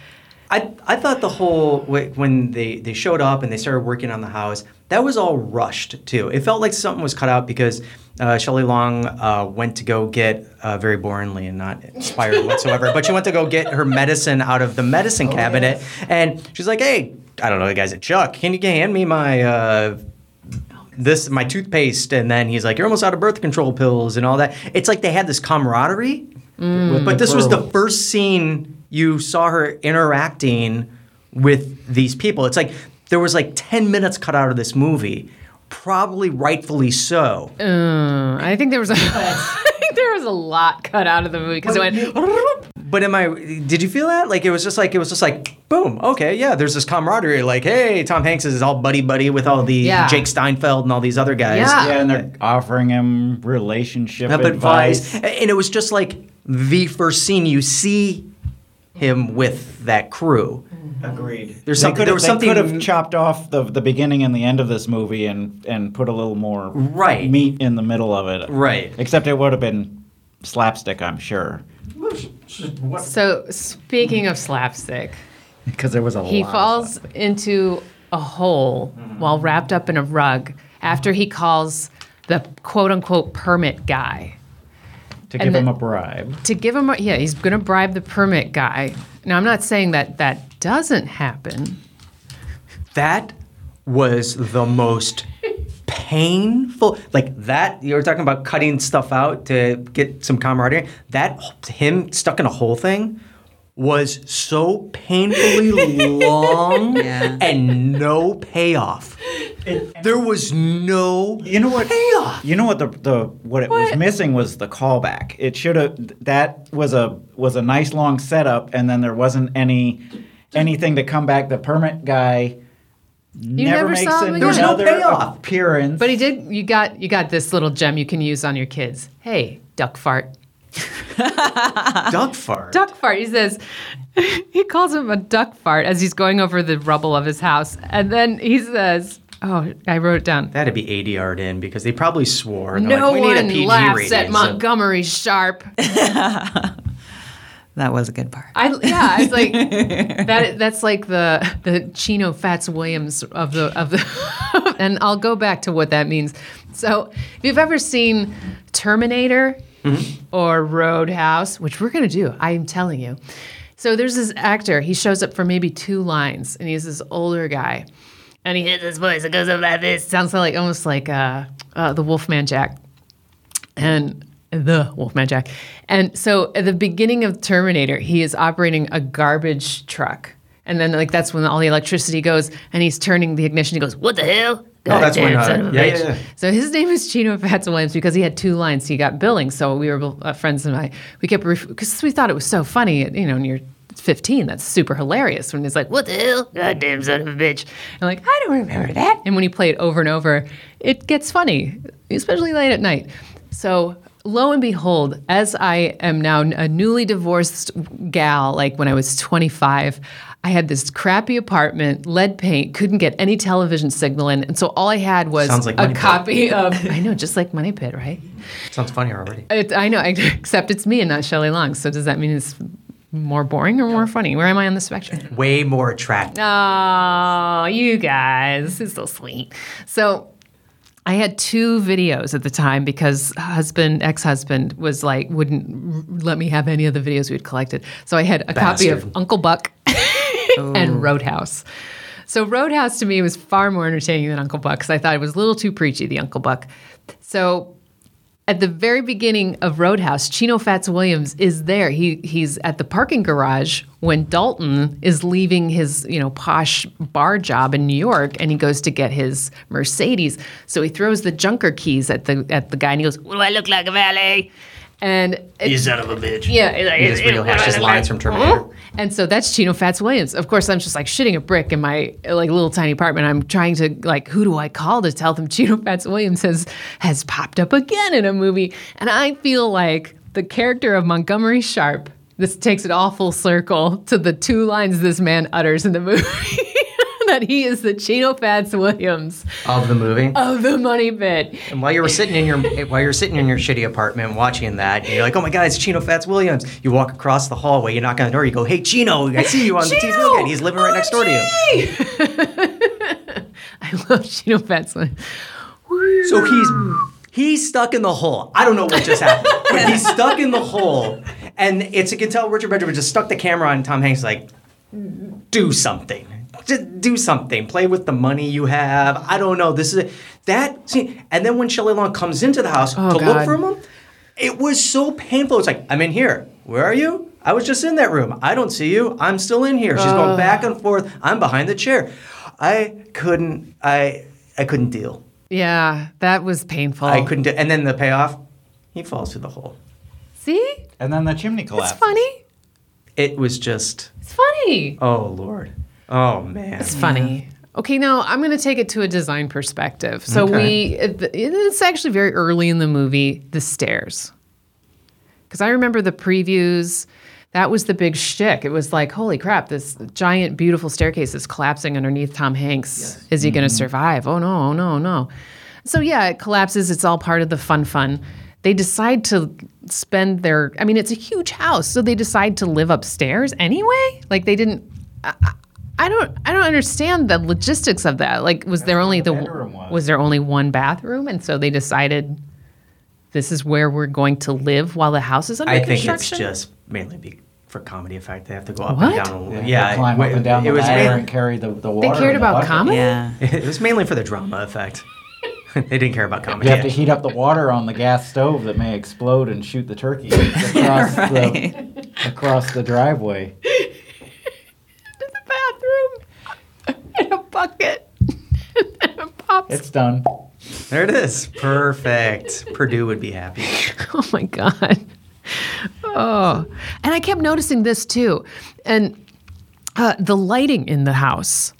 S4: I, I thought the whole wh- when they, they showed up and they started working on the house that was all rushed too it felt like something was cut out because uh, shelley long uh, went to go get uh, very boringly and not inspired whatsoever but she went to go get her medicine out of the medicine cabinet and she's like hey i don't know the guys at chuck can you hand me my uh, this my toothpaste and then he's like you're almost out of birth control pills and all that it's like they had this camaraderie
S2: Mm.
S3: With
S4: but this was the
S3: crew.
S4: first scene you saw her interacting with these people. It's like there was like 10 minutes cut out of this movie, probably rightfully so.
S2: Uh, I think there was a I think there was a lot cut out of the movie because it went.
S4: But am I? Did you feel that? Like it was just like it was just like boom. Okay, yeah. There's this camaraderie. Like, hey, Tom Hanks is all buddy buddy with all the
S2: Yeah.
S4: Jake Steinfeld and all these other guys.
S2: Yeah.
S3: Yeah, and they're offering him relationship
S4: Up
S3: advice.
S4: advice. And it was just like the first scene you see him with that crew.
S3: Agreed.
S4: There's
S3: they
S4: something-
S3: could
S4: there
S3: have,
S4: was
S3: they
S4: something-
S3: could have chopped off the the beginning and the end of this movie and and put a little more
S4: Right.
S3: meat in the middle of it.
S4: Right.
S3: Except it would have been slapstick, I'm sure,
S2: So speaking of slapstick,
S3: because there was a
S2: he
S3: lot. of Mm-hmm.
S2: falls into a hole while wrapped up in a rug after he calls the quote unquote permit guy
S3: slapstick to
S2: and
S3: give
S2: the-
S3: him a bribe.
S2: to give him. A, yeah, he's going to bribe the permit guy. Now I'm not saying that that doesn't happen.
S4: That was the most painful. Like that, you were talking about cutting stuff out to get some camaraderie. That him stuck in a hole thing was so painfully long
S1: Yeah.
S4: and no payoff. there was no
S3: You know what?
S4: payoff.
S3: You know what the, the what it was missing was the callback. It should have that was a was a nice long setup, and then there wasn't any anything to come back. The permit guy
S2: You never
S3: makes
S2: saw him
S3: another
S2: again. There was no
S4: payoff.
S3: appearance.
S2: But he did. You got you got this little gem you can use on your kids. Hey, duck fart.
S4: Duck fart.
S2: duck fart. He says, he calls him a duck fart as he's going over the rubble of his house. And then he says, oh, I wrote it down.
S4: That'd be 80 yard in because they probably swore. and they're
S2: No
S4: like, we need a
S2: one
S4: PG
S2: laughs
S4: rating,
S2: at
S4: so-
S2: Montgomery Sharp.
S1: That was a good part.
S2: I, yeah, it's like that. That's like the the Chino Fats Williams of the of the. and I'll go back to what that means. So, if you've ever seen Terminator or Roadhouse, which we're gonna do, I'm telling you. So there's this actor. He shows up for maybe two lines, and he's this older guy, and he has this voice that goes up like this. Sounds like almost like uh, uh, the Wolfman Jack and the Wolfman Jack. And so at the beginning of Terminator, he is operating a garbage truck. And then like that's when all the electricity goes and he's turning the ignition. He goes, What the hell?
S4: Oh, that's
S2: Goddamn
S4: when, uh,
S2: son of a
S4: yeah,
S2: bitch."
S4: yeah, yeah.
S2: So his name is Chino Fats Williams because he had two lines. He got billing. So we were uh, friends and I, we kept, because we thought it was so funny, you know, when you're 15, that's super hilarious. When he's like, what the hell? Goddamn son of a bitch. And like, I don't remember that. And when you play it over and over, it gets funny, especially late at night. So lo and behold, as I am now a newly divorced gal, like when I was 25, I had this crappy apartment, lead paint, couldn't get any television signal in. And so all I had was
S4: Sounds like
S2: a
S4: Money Pit.
S2: copy of, I know, just like Money Pit, right?
S4: Sounds funny already.
S2: It, I know, except it's me and not Shelley Long. So does that mean it's more boring or more funny? Where am I on the spectrum?
S4: Way more attractive.
S2: Oh, you guys, it's so sweet. So I had two videos at the time because husband, ex-husband was like wouldn't r- let me have any of the videos we had collected. So I had a copy of
S4: Bastard.
S2: Uncle Buck and Roadhouse. So Roadhouse to me was far more entertaining than Uncle Buck because I thought it was a little too preachy, the Uncle Buck. So at the very beginning of Roadhouse, Chino Fats Williams is there. He he's at the parking garage when Dalton is leaving his, you know, posh bar job in New York and he goes to get his Mercedes. So he throws the junker keys at the at the guy and he goes, What do I look like a valet? And it,
S4: You son of a bitch.
S2: yeah, it-
S4: He just
S2: it- uh, Mm-hmm.
S4: real hashed his lines from Terminator.
S2: and so that's Chino Fats Williams. Of course, I'm just like shitting a brick in my like little tiny apartment. I'm trying to like, who do I call to tell them Chino Fats Williams has has popped up again in a movie? And I feel like the character of Montgomery Sharp. This takes it all full circle to the two lines this man utters in the movie that he is the Chino Fats Williams
S4: Of the movie.
S2: of the Money Pit.
S4: And while you were sitting in your while you were sitting in your shitty apartment watching that, and you're like, "Oh my God, it's Chino Fats Williams." You walk across the hallway, you knock on the door, you go, "Hey, Chino, I see you on the TV
S2: Chino!
S4: again. He's living right next door to you."
S2: I love Chino Fats Williams.
S4: So he's he's stuck in the hole. I don't know what just happened, but he's stuck in the hole, and it's you can tell Richard Benjamin just stuck the camera on Tom Hanks like, do something. Just do something. Play with the money you have. I don't know. This is a, that scene. And then when Shelley Long comes into the house to
S2: God.
S4: look for him, it was so painful. It's like, I'm in here. Where are you? I was just in that room. I don't see you. I'm still in here. She's going back and forth. I'm behind the chair. I couldn't. I I couldn't deal.
S2: Yeah, that was painful.
S4: I couldn't do, and then the payoff, he falls through the hole.
S2: see.
S3: and then the chimney
S2: It's
S3: collapses.
S2: funny.
S4: It was just,
S2: It's funny.
S4: oh Lord, oh man.
S2: It's funny. Okay, now I'm going to take it to a design perspective. So we, it, it's actually very early in the movie, the stairs. Because I remember the previews. That was the big shtick. It was like, holy crap, this giant, beautiful staircase is collapsing underneath Tom Hanks. Is he going to survive? Oh no, oh no, oh no. So yeah, it collapses. It's all part of the fun fun. They decide to spend their, I mean, it's a huge house. So they decide to live upstairs anyway? Like they didn't, I, I- I don't, I don't understand the logistics of that. Like, was there only the,
S3: bedroom was.
S2: was there only one bathroom? And so they decided this is where we're going to live while the house is under
S4: I think
S2: construction.
S4: it's just mainly be for comedy effect. They have to go up
S2: What?
S4: and down. Yeah,
S3: They climb up
S4: it-
S3: and down
S4: it
S3: the
S4: was
S3: ladder
S4: main-
S3: and carry the, the water.
S2: they
S3: in
S2: cared
S3: the
S2: about
S3: bucket.
S2: comedy.
S1: Yeah.
S4: It was mainly for the drama effect. they didn't care about comedy.
S3: You have to heat up the water on the gas stove that may explode and shoot the turkey across, the, across the driveway.
S2: To the bathroom in a bucket and a pops.
S3: It's done.
S4: There it is. Perfect. Purdue would be happy.
S2: oh my god oh and i kept noticing this too and uh, the lighting in the house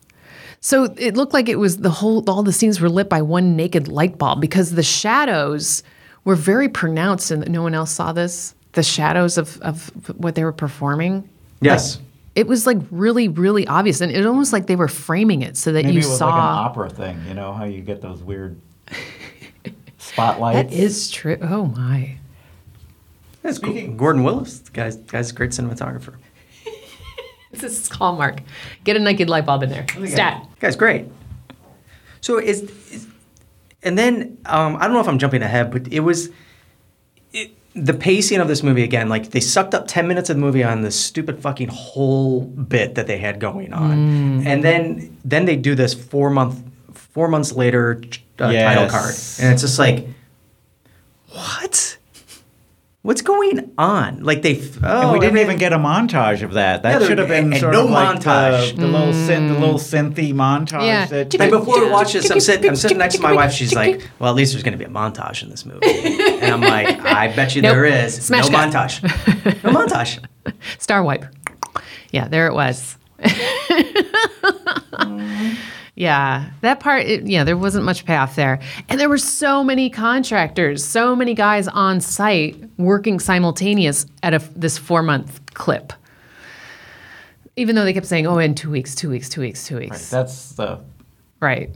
S2: so it looked like it was the whole all the scenes were lit by one naked light bulb because the shadows were very pronounced and no one else saw this the shadows of, of what they were performing
S4: Yes.
S2: it was like really really obvious and it almost like they were framing it so that
S3: Maybe
S2: you
S3: it was
S2: saw
S3: like an opera thing, you know, how you get those weird spotlights.
S2: that is true oh my
S4: That's cool. Gordon Willis, the guy's, guy's a great cinematographer.
S2: this is hallmark get a naked light bulb in there stat
S4: guy's great. So is, is and then um, I don't know if I'm jumping ahead, but it was it, the pacing of this movie again. Like they sucked up ten minutes of the movie on this stupid fucking whole bit that they had going
S3: Mm.
S4: on, and then then they do this four month four months later uh, title card,
S3: Yes.
S4: and it's just like what. What's going on? Like they, f- oh,
S3: and we didn't even get a montage of that.
S4: Yeah,
S3: That
S4: there-
S3: should have been
S4: and
S3: sort
S4: no
S3: of like the-
S4: montage.
S3: The, little synth, the little synthy montage.
S2: Mm. Yeah.
S3: That,
S4: And before we watch this, I'm sitting, I'm sitting next to my wife. She's like, "Well, at least there's going to be a montage in this movie." And I'm like, "I bet you
S2: Nope.
S4: there is.
S2: Smash
S4: no
S2: cut.
S4: montage. No montage."
S2: Star wipe. Yeah, there it was. yeah, that part, it, yeah, there wasn't much payoff there. And there were so many contractors, so many guys on site working simultaneous at a, this four month clip. Even though they kept saying, oh, in two weeks, two weeks, two weeks, two weeks.
S3: that's the,
S2: Right.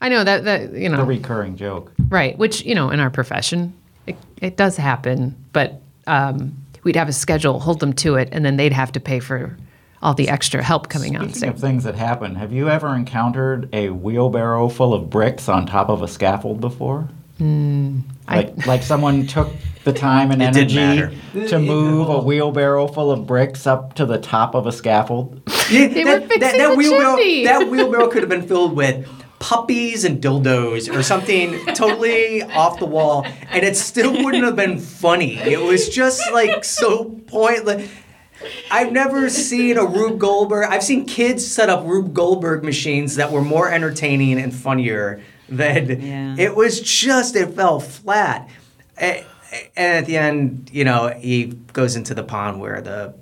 S2: I know that, that you know.
S3: the recurring joke.
S2: Right, which you know, in our profession, it, it does happen, but um, we'd have a schedule, hold them to it, and then they'd have to pay for all the extra help coming on
S3: Speaking
S2: stage.
S3: of things that happen, have you ever encountered a wheelbarrow full of bricks on top of a scaffold before?
S2: Mm, I-
S3: Like, like someone took the time and
S4: It didn't
S3: energy to move a wheelbarrow full of bricks up to the top of a scaffold.
S4: they
S2: were fixing the
S4: wheelbarrow,
S2: chimney.
S4: That wheelbarrow could have been filled with puppies and dildos or something totally off the wall, and it still wouldn't have been funny. It was just like so pointless. I've never seen a Rube Goldberg. I've seen kids set up Rube Goldberg machines that were more entertaining and funnier than
S1: Yeah.
S4: it was just it fell flat. A- a- And at the end, you know, he goes into the pond where the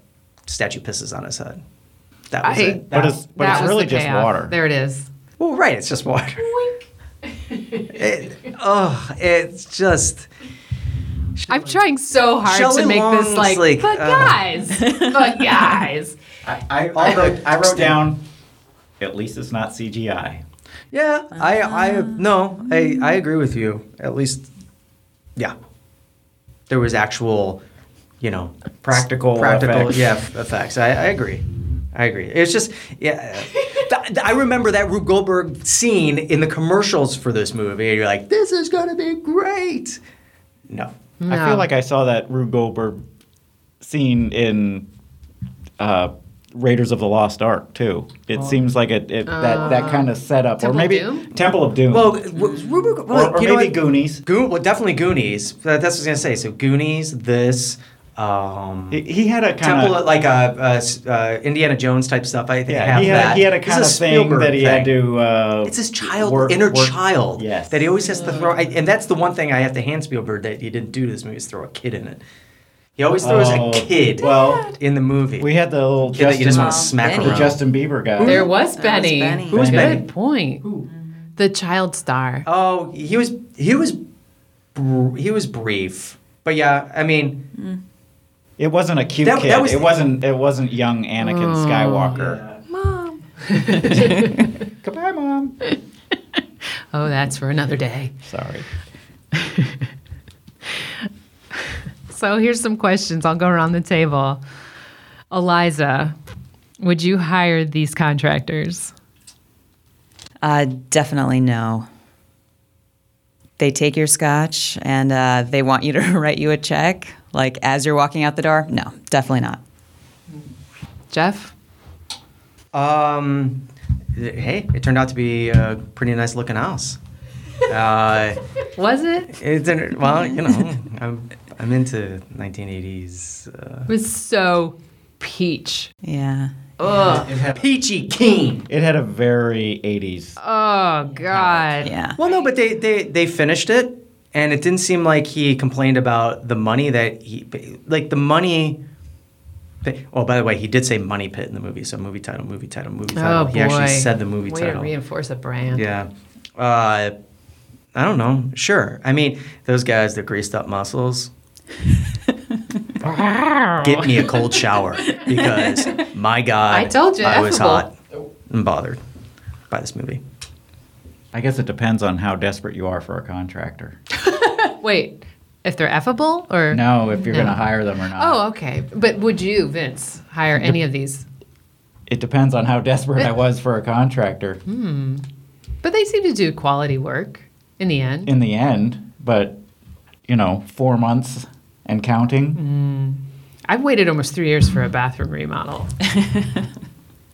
S4: statue pisses on his head. That was
S2: I-
S4: it.
S3: But it's, but
S2: That
S3: it's
S2: was
S3: really
S2: the
S3: just
S2: payoff.
S3: water.
S2: There it is.
S4: Well, right, it's just water. it, oh, it's just
S2: I'm trying so hard
S4: Shelley
S2: to make
S4: Long's
S2: this like,
S4: like,
S2: but
S4: uh,
S2: guys, but guys.
S3: I, I, I wrote, I wrote down, at least it's not CGI.
S4: yeah. I I no, I I agree with you. At least, yeah, there was actual, you know,
S3: Practical
S4: practical
S3: effects.
S4: yeah f- effects. I, I agree. I agree. It's just yeah. Th- th- I remember that Rube Goldberg scene in the commercials for this movie. And you're like, this is gonna be great. No,
S3: I
S2: No.
S3: feel like I saw that Rube Goldberg scene in uh, Raiders of the Lost Ark too. It
S4: Oh.
S3: seems like it, it that that kind of setup,
S2: Oh. Temple
S3: or maybe
S2: of Doom?
S3: Temple of Doom.
S4: Well, w- Rube,
S3: or,
S4: well,
S3: or
S4: you know
S3: maybe
S4: what?
S3: Goonies.
S4: Goo- well, definitely Goonies. That- That's what I was gonna say. So Goonies, this, um,
S3: He- He had a kind
S4: Temple, of,
S3: of
S4: like uh, uh, s- uh, Indiana Jones type stuff. I think
S3: yeah.
S4: have
S3: He had,
S4: that.
S3: he had a
S4: This is
S3: kind of thing
S4: Spielberg
S3: that he had
S4: thing.
S3: to. Uh,
S4: It's his child,
S3: work-
S4: inner
S3: work-
S4: child,
S3: Yes.
S4: that he always has to throw. I, and that's the one thing I have to hand Spielberg that he didn't do to this movie is throw a kid in it. He always throws
S3: Oh,
S4: a kid
S3: well,
S4: in the movie.
S3: We had the little
S4: kid that you just
S3: Justin,
S4: want to
S1: Oh,
S4: smack
S1: Benny.
S3: the
S4: around.
S3: Justin Bieber guy.
S2: There
S1: That
S2: was
S1: was
S2: Benny.
S1: Benny.
S4: Who was
S2: Good
S4: Benny?
S2: point.
S4: Who?
S2: The child star.
S4: Oh, he was he was br- he was brief. But yeah, I mean,
S3: It wasn't a cute
S4: That-
S3: kid.
S4: that was-
S3: it wasn't. It wasn't young Anakin Skywalker.
S2: Mm. Mom.
S3: Goodbye, mom.
S2: Oh, that's for another day.
S3: Sorry.
S2: So here's some questions. I'll go around the table. Eliza, would you hire these contractors?
S1: Uh, definitely no. They take your scotch and uh, they want you to write you a check, like as you're walking out the door. No, definitely not.
S2: Jeff?
S4: Um, hey, it turned out to be a pretty nice looking house. Uh,
S2: Was it?
S4: it didn't, well, you know, I'm, I'm into 1980s. Uh,
S2: It was so peach.
S1: Yeah.
S4: peachy keen.
S3: It had a very 80s.
S2: Oh, God.
S1: Yeah.
S4: Well, no, but they, they, they finished it, and it didn't seem like he complained about the money that he, like the money. that- Oh, by the way, he did say money pit in the movie, so movie title, movie title, movie
S2: Oh,
S4: title.
S2: boy.
S4: he actually said the movie
S2: Way to
S4: title.
S2: reinforce a brand.
S4: Yeah. Uh, I don't know. Sure. I mean, those guys, the greased up muscles. Get me a cold shower because my God,
S2: I told you,
S4: I was
S2: affable.
S4: hot and bothered by this movie.
S3: I guess it depends on how desperate you are for a contractor.
S2: Wait, if they're effable or?
S3: No, if you're
S2: No.
S3: going to hire them or not.
S2: Oh, okay. But would you, Vince, hire any of these?
S3: It depends on how desperate I was for a contractor
S2: Hmm. But they seem to do quality work in the end.
S3: in the end, but you know, 4 months and counting.
S2: Hmm. I've waited almost three years for a bathroom remodel.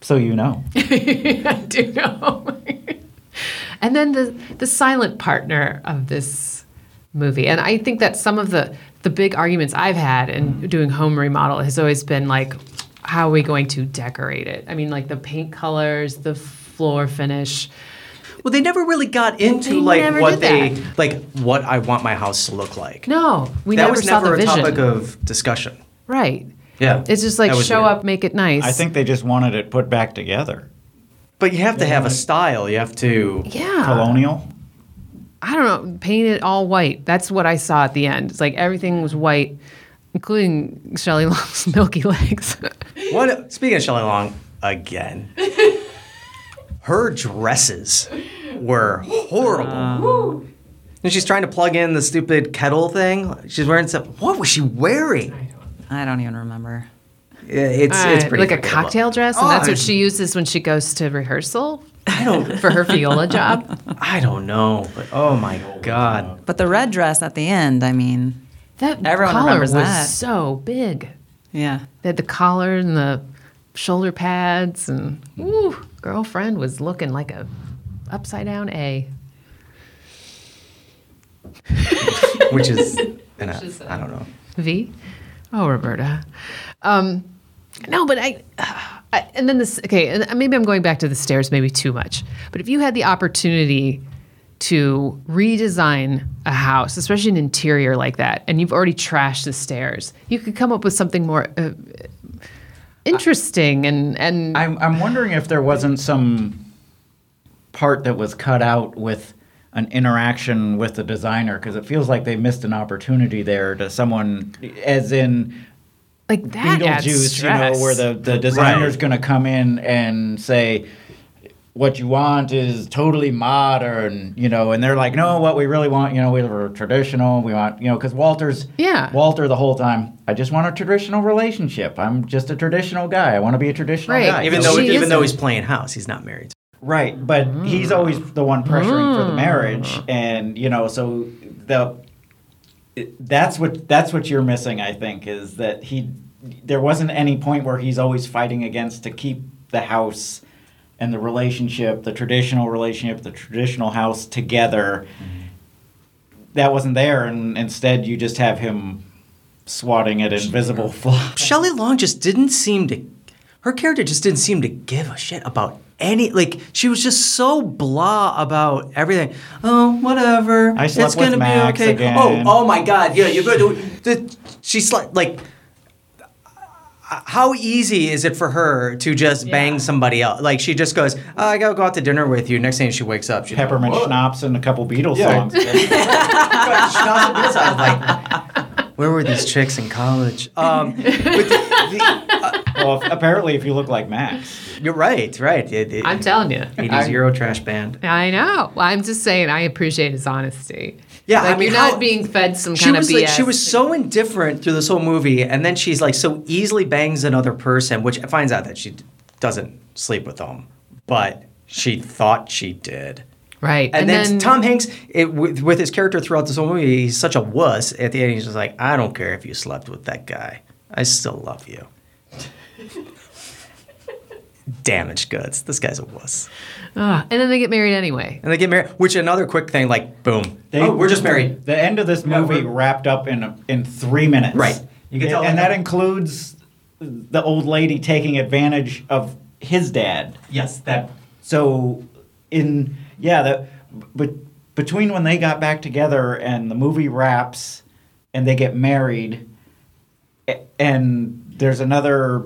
S3: So you know.
S2: I do know. and then the the silent partner of this movie, and I think that some of the the big arguments I've had in doing home remodel has always been like, how are we going to decorate it? I mean, like the paint colors, the floor finish.
S4: Well, they never really got into
S2: They never
S4: like
S2: did
S4: what they
S2: that.
S4: like what I want my house to look like.
S2: No, we
S4: that
S2: never
S4: was
S2: saw
S4: never
S2: the
S4: a
S2: vision.
S4: topic of discussion.
S2: right.
S4: Yeah,
S2: It's just like
S4: That was
S2: show
S4: weird.
S2: up, make it nice.
S3: I think they just wanted it put back together.
S4: But you have to have a style. You have to.
S2: Yeah.
S3: Colonial?
S2: I don't know, paint it all white. That's what I saw at the end. It's like everything was white, including Shelley Long's milky legs.
S4: What? Speaking of Shelley Long again, her dresses were horrible.
S2: Uh,
S4: and she's trying to plug in the stupid kettle thing. She's wearing some. What was she wearing?
S1: I don't even remember.
S4: Yeah, It's it's
S2: Uh,
S4: pretty
S2: like a
S4: forgettable.
S2: cocktail dress, and
S4: Oh,
S2: that's what
S4: I-
S2: she uses when she goes to rehearsal
S4: I don't.
S2: for her viola job.
S4: I don't know. But oh my god.
S1: But the red dress at the end, I mean,
S2: That
S1: Everyone
S2: collar was
S1: remembers that.
S2: so big.
S1: yeah.
S2: They had the collar and the shoulder pads, and ooh, girlfriend was looking like a upside down A.
S4: Which is. And I, I don't know.
S2: V. Oh, Roberta. Um, no, but I, I. And then this. Okay, and uh, maybe I'm going back to the stairs, maybe too much. But if you had the opportunity to redesign a house, especially an interior like that, and you've already trashed the stairs, you could come up with something more. Uh, Interesting and and
S3: I'm, I'm wondering if there wasn't some part that was cut out with an interaction with the designer because it feels like they missed an opportunity there to someone, as in
S2: like that adds
S3: Beetlejuice, you know, where
S2: stress.
S3: the, the designer's
S4: Right.
S3: going to come in and say, what you want is totally modern, you know, and they're like, no, what we really want, you know, we were traditional, we want, you know, because Walter's,
S2: Yeah.
S3: Walter the whole time, I just want a traditional relationship. I'm just a traditional guy. I want to be a traditional
S2: Right.
S3: guy.
S4: Even
S3: So-
S4: though
S2: She
S4: even though
S2: isn't.
S4: he's playing house, he's not married.
S3: Right, but he's always the one pressuring for the marriage, and you know, so the that's what that's what you're missing. I think is that he there wasn't any point where he's always fighting against to keep the house and the relationship, the traditional relationship, the traditional house together. That wasn't there, and instead you just have him swatting at invisible flies.
S4: Shelley Long just didn't seem to her character just didn't seem to give a shit about any like she was just so blah about everything. Oh, whatever.
S3: I slept
S4: it's gonna
S3: with Max
S4: be okay.
S3: again.
S4: Oh, oh my god. Yeah, you the, she slept like how easy is it for her to just bang somebody else? Like she just goes, oh, I gotta go out to dinner with you. Next thing she wakes up, she's
S3: Peppermint schnapps and a couple Beatles
S5: Yeah.
S3: songs.
S4: like, I was like, where were these chicks in college? Um, with the,
S3: well, if- apparently, if you look like Max,
S4: the, you're right, right. It, it,
S2: I'm telling you.
S4: 80s Euro trash band.
S2: I know. Well, I'm just saying. I appreciate his honesty.
S4: Yeah,
S2: like
S4: I mean,
S2: you're not
S4: how-
S2: being fed some
S4: She
S2: kind of
S4: was
S2: BS.
S4: like, she was so indifferent through this whole movie, and then she's like so easily bangs another person, which finds out that she d- doesn't sleep with them, but she thought she did.
S2: right,
S4: And, then, Tom Hanks, it, with, with his character throughout this whole movie, he's such a wuss. At the end, he's just like, "I don't care if you slept with that guy. I still love you." Damaged goods. This guy's a wuss.
S2: Ugh, uh, and then they get married anyway.
S4: And they get married. Which another quick thing, like boom,
S3: They-
S4: oh, we're just married.
S3: The end of this movie
S4: we're-
S3: wrapped up in in three minutes.
S4: Right. You can
S3: And-
S4: tell
S3: and
S4: that-
S3: that includes the old lady taking advantage of his dad.
S4: Yes, that
S3: So, in yeah, the but between when they got back together and the movie wraps and they get married, a- and there's another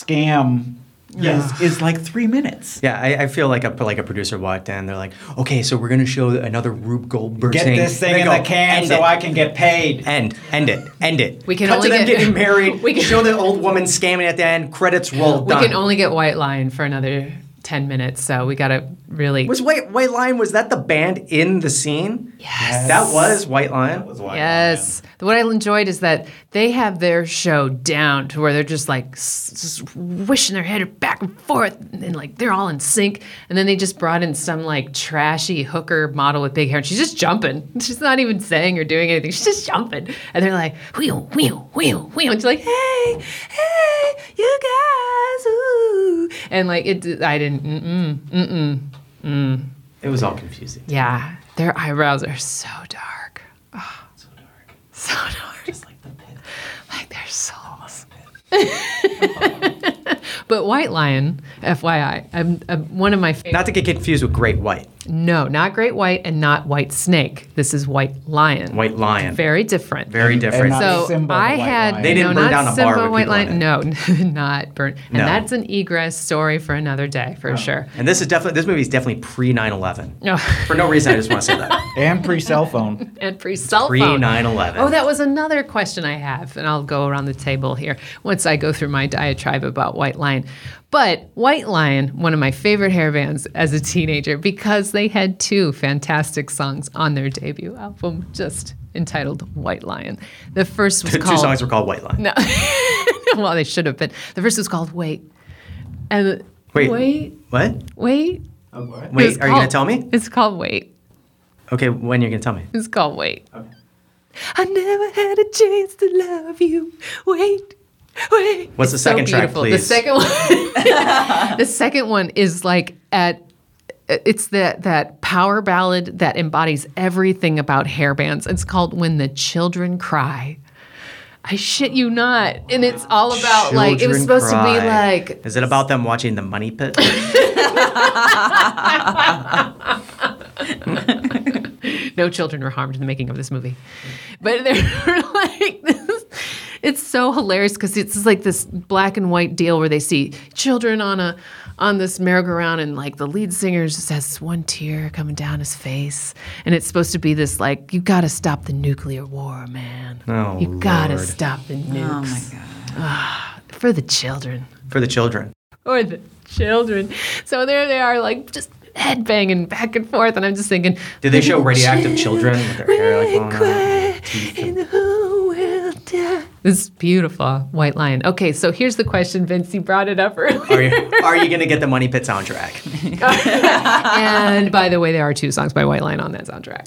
S3: scam. Is, is like three minutes.
S4: Yeah, I, I feel like a like a producer walked in. They're like, okay, so we're gonna show another Rube Goldberg
S3: Get
S4: thing.
S3: this thing
S4: They
S3: in
S4: go,
S3: the can
S4: "End
S3: so
S4: it.
S3: I can get paid.
S4: End, end it, end it.
S2: We can
S4: Cut
S2: only
S4: to them
S2: get-
S4: getting married.
S2: We can-
S4: show the old woman scamming at the end. Credits roll.
S2: We
S4: done.
S2: can only get White Lion for another ten minutes, so we gotta really.
S4: Was White White Lion was that the band in the scene?
S2: Yes.
S4: That was White Lion.
S3: That was why.
S2: Yes. What I enjoyed is that they have their show down to where they're just like s- just wishing their head back and forth and then, like they're all in sync. And then they just brought in some like trashy hooker model with big hair and she's just jumping. She's not even saying or doing anything. She's just jumping. And they're like, wheel, wheel, wheel, wheel. And she's like, hey, hey, you guys. Ooh. And like, it, I didn't, mm-mm, mm-mm.
S4: It was all confusing.
S2: Yeah. Their eyebrows are so dark. So dark. Just like the pit. Like their souls. but White Lion, FYI, I'm, i um, uh, one of my favorite.
S4: Not to get confused with Great White.
S2: no, not Great White and not White Snake. This is White Lion.
S4: White Lion. Very,
S2: Very different.
S4: different.
S3: not-
S2: so
S3: Simba the
S2: I
S3: White
S2: had
S3: Lion.
S4: They didn't
S2: no, not
S4: burn down a bar
S2: Simba
S4: with
S2: White
S4: people
S2: Lion.
S4: in
S2: No, not burn. And
S4: No.
S2: that's an egress story for another day for sure.
S4: and this is definitely this movie is definitely pre 9/11.
S2: No,
S4: For no reason, I just want to say that.
S3: And pre cell phone.
S2: and pre cell
S4: Pre
S2: phone.
S4: 9/11.
S2: Oh, that was another question I have, and I'll go around the table here once I go through my diatribe about White Lion. But White Lion, one of my favorite hair bands as a teenager, because they had two fantastic songs on their debut album, just entitled White Lion. The first was
S4: The two
S2: called Mm.
S4: songs were called White Lion.
S2: No, well, they should have been. The first was called Wait, and
S4: Wait.
S2: wait,
S4: What?
S2: wait.
S4: Wait,
S2: It's
S4: are you gonna
S2: called-
S4: tell me?
S2: It's called Wait.
S4: Okay, when are you gonna tell me?
S2: It's called Wait. I never had a chance to love you. Wait, wait.
S4: What's the
S2: It's
S4: second track,
S2: beautiful. The
S4: please?
S2: second one. the second one is like at. It's that that power ballad that embodies everything about hair bands. It's called "When the Children Cry." I shit you not, and it's all about like it was
S4: Children
S2: supposed to
S4: cry.
S2: be like
S4: Is it about them watching the Money Pit?
S2: no children were harmed in the making of this movie. But they're like this. It's so hilarious because it's like this black and white deal where they see children on a on this merry-go-round and like the lead singer just has this one tear coming down his face and it's supposed to be this like you got to stop the nuclear war man
S4: Oh,
S2: you got to
S4: Lord.
S2: stop the
S1: Oh my
S2: nukes
S1: God.
S2: for the children
S4: For the children.
S2: or the children so there they are like just headbanging back and forth and i'm just thinking
S4: Did they show radioactive children with their hair like falling out?
S2: This is beautiful white lion. Okay, so here's the question, Vince. You brought it up earlier.
S4: Are you, are you gonna get the Money Pit soundtrack?
S2: and by the way, there are two songs by White Lion on that soundtrack.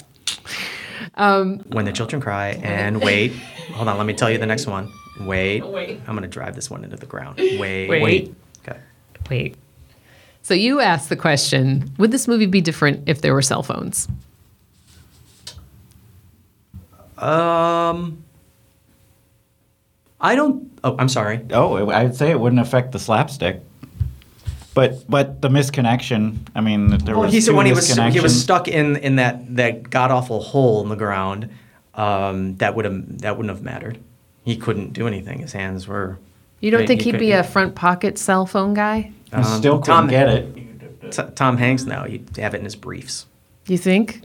S4: When the children cry and wait. Hold on, let me tell you the next one. Wait.
S2: Wait.
S4: I'm gonna drive this one into the ground. Wait.
S2: Wait.
S4: Okay.
S2: Wait. So you asked the question: Would this movie be different if there were cell phones?
S4: Um. I don't. Oh, I'm sorry.
S3: Oh, I'd say it wouldn't affect the slapstick. But but the misconnection. I mean, there
S4: Well,
S3: was
S4: he said
S3: two
S4: when he was he was
S3: misconnections.
S4: stuck in in that that god awful hole in the ground. Um, that would have that wouldn't have mattered. He couldn't do anything. His hands were
S2: You don't
S4: Wait,
S2: think
S4: you
S2: he'd
S4: could-
S2: be
S4: you-
S2: a front pocket cell phone guy?
S3: I
S4: Um,
S3: still couldn't
S4: Tom-
S3: get it.
S4: T- Tom Hanks now, he'd have it in his briefs.
S2: You think?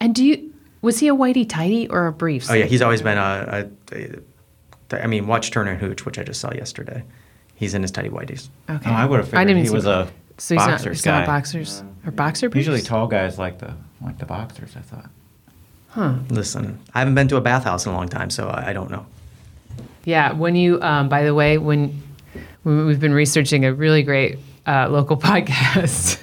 S2: And do you was he a whitey tighty or a briefs?
S4: Oh yeah, he's always been a. a, a I mean, watch Turner and Hooch, which I just saw yesterday. He's in his tidy whiteys.
S2: Okay.
S3: No, I would have figured
S2: didn't
S3: he
S2: see-
S3: was a
S2: so he's not,
S3: boxer's
S2: he's not
S3: guy.
S2: boxers or boxer briefs.
S3: Usually tall guys like the like the boxers. I thought.
S4: Listen, I haven't been to a bathhouse in a long time, so I, I don't know.
S2: Yeah, when you, um, by the way, when, when we've been researching a really great uh, local podcast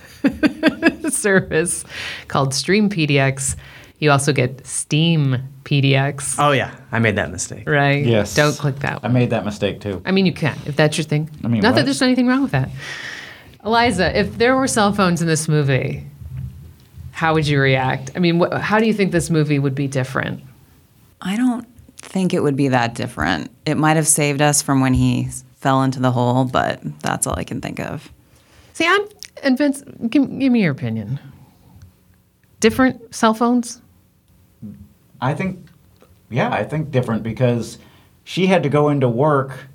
S2: service called Stream PDX, you also get Steam PDX,
S4: Oh yeah, I made that mistake.
S2: right? Don't click that
S3: I
S2: one.
S3: made that mistake too.
S2: I mean, you can if that's your thing.
S3: I mean,
S2: Not that
S3: what?
S2: there's anything wrong with that. Eliza, if there were cell phones in this movie, how would you react? I mean, wh- how do you think this movie would be different?
S1: I don't think it would be that different. It might have saved us from when he s- fell into the hole, but that's all I can think of.
S2: See, I'm and Vince. Give, give me your opinion. Different cell phones.
S3: I think, yeah, I think different because she had to go into work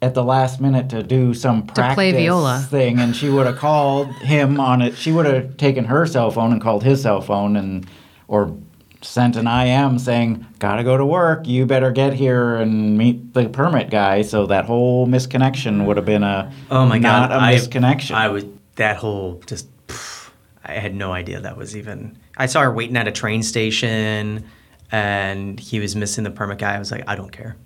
S3: at the last minute to do some practice
S2: play viola.
S3: thing, and she would have called him on it. She would have taken her cell phone and called his cell phone, and or sent an IM saying, "Gotta go to work. You better get here and meet the permit guy." So that whole misconnection would have been a
S4: Oh my
S3: not
S4: god,
S3: a
S4: I-
S3: misconnection.
S4: I was that whole just. pff, I had no idea that was even. I saw her waiting at a train station, and he was missing the permit guy. I was like, I don't care.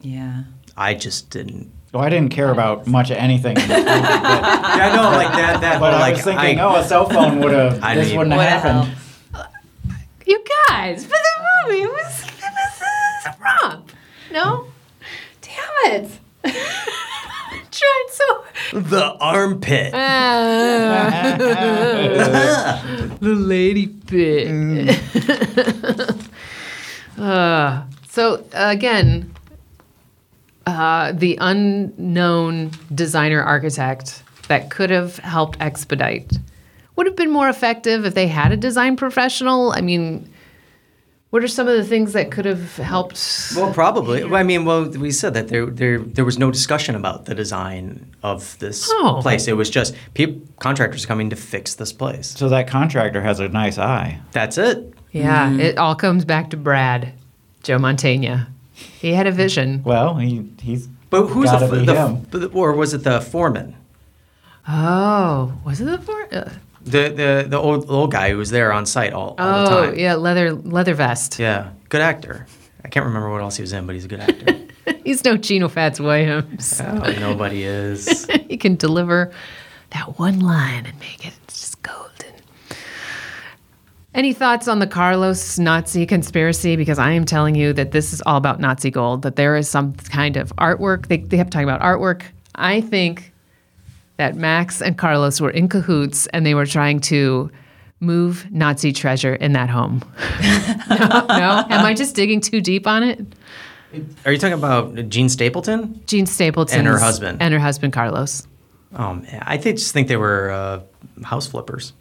S1: Yeah.
S4: I just didn't.
S3: well, I didn't care about much of anything. in this movie, but,
S4: Yeah, no, like that. That
S3: but I
S4: like
S3: was thinking, oh, a cell phone would have.
S4: I
S3: This
S4: mean-
S3: wouldn't have happened.
S2: You guys, for the movie, it was it was a romp. No, damn it! Tried so.
S4: the armpit.
S2: the lady bit. uh, so again, uh, the unknown designer architect that could have helped expedite would have been more effective if they had a design professional. I mean, what are some of the things that could have helped?
S4: Well, probably. Well, I mean, well, we said that there, there, there was no discussion about the design of this
S2: Oh.
S4: place. It was just peop contractors coming to fix this place.
S3: So that contractor has a nice eye.
S4: That's it.
S2: Yeah, it all comes back to Brad, Joe Montaigne. He had a vision.
S3: Well, he he's
S4: But who's the,
S3: Gotta
S4: f-
S3: be
S4: the
S3: him.
S4: f- the- or was it the foreman?
S2: Oh, was it the four? Uh,
S4: The the the old the old guy who was there on site all, all the
S2: oh,
S4: time.
S2: yeah, leather leather vest.
S4: Yeah. Good actor. I can't remember what else he was in, but he's a good actor.
S2: He's no Geno Fats Williams.
S4: oh, nobody is.
S2: he can deliver that one line and make it just golden. Any thoughts on the Carlos Nazi conspiracy? Because I am telling you that this is all about Nazi gold, that there is some kind of artwork. They, they kept talking about artwork. I think that Max and Carlos were in cahoots and they were trying to move Nazi treasure in that home. no, no? Am I just digging too deep on it?
S4: Are you talking about Gene Stapleton?
S2: Jean Stapleton
S4: husband.
S2: And her husband, Carlos.
S4: Oh man, I think, just think they were uh, house flippers,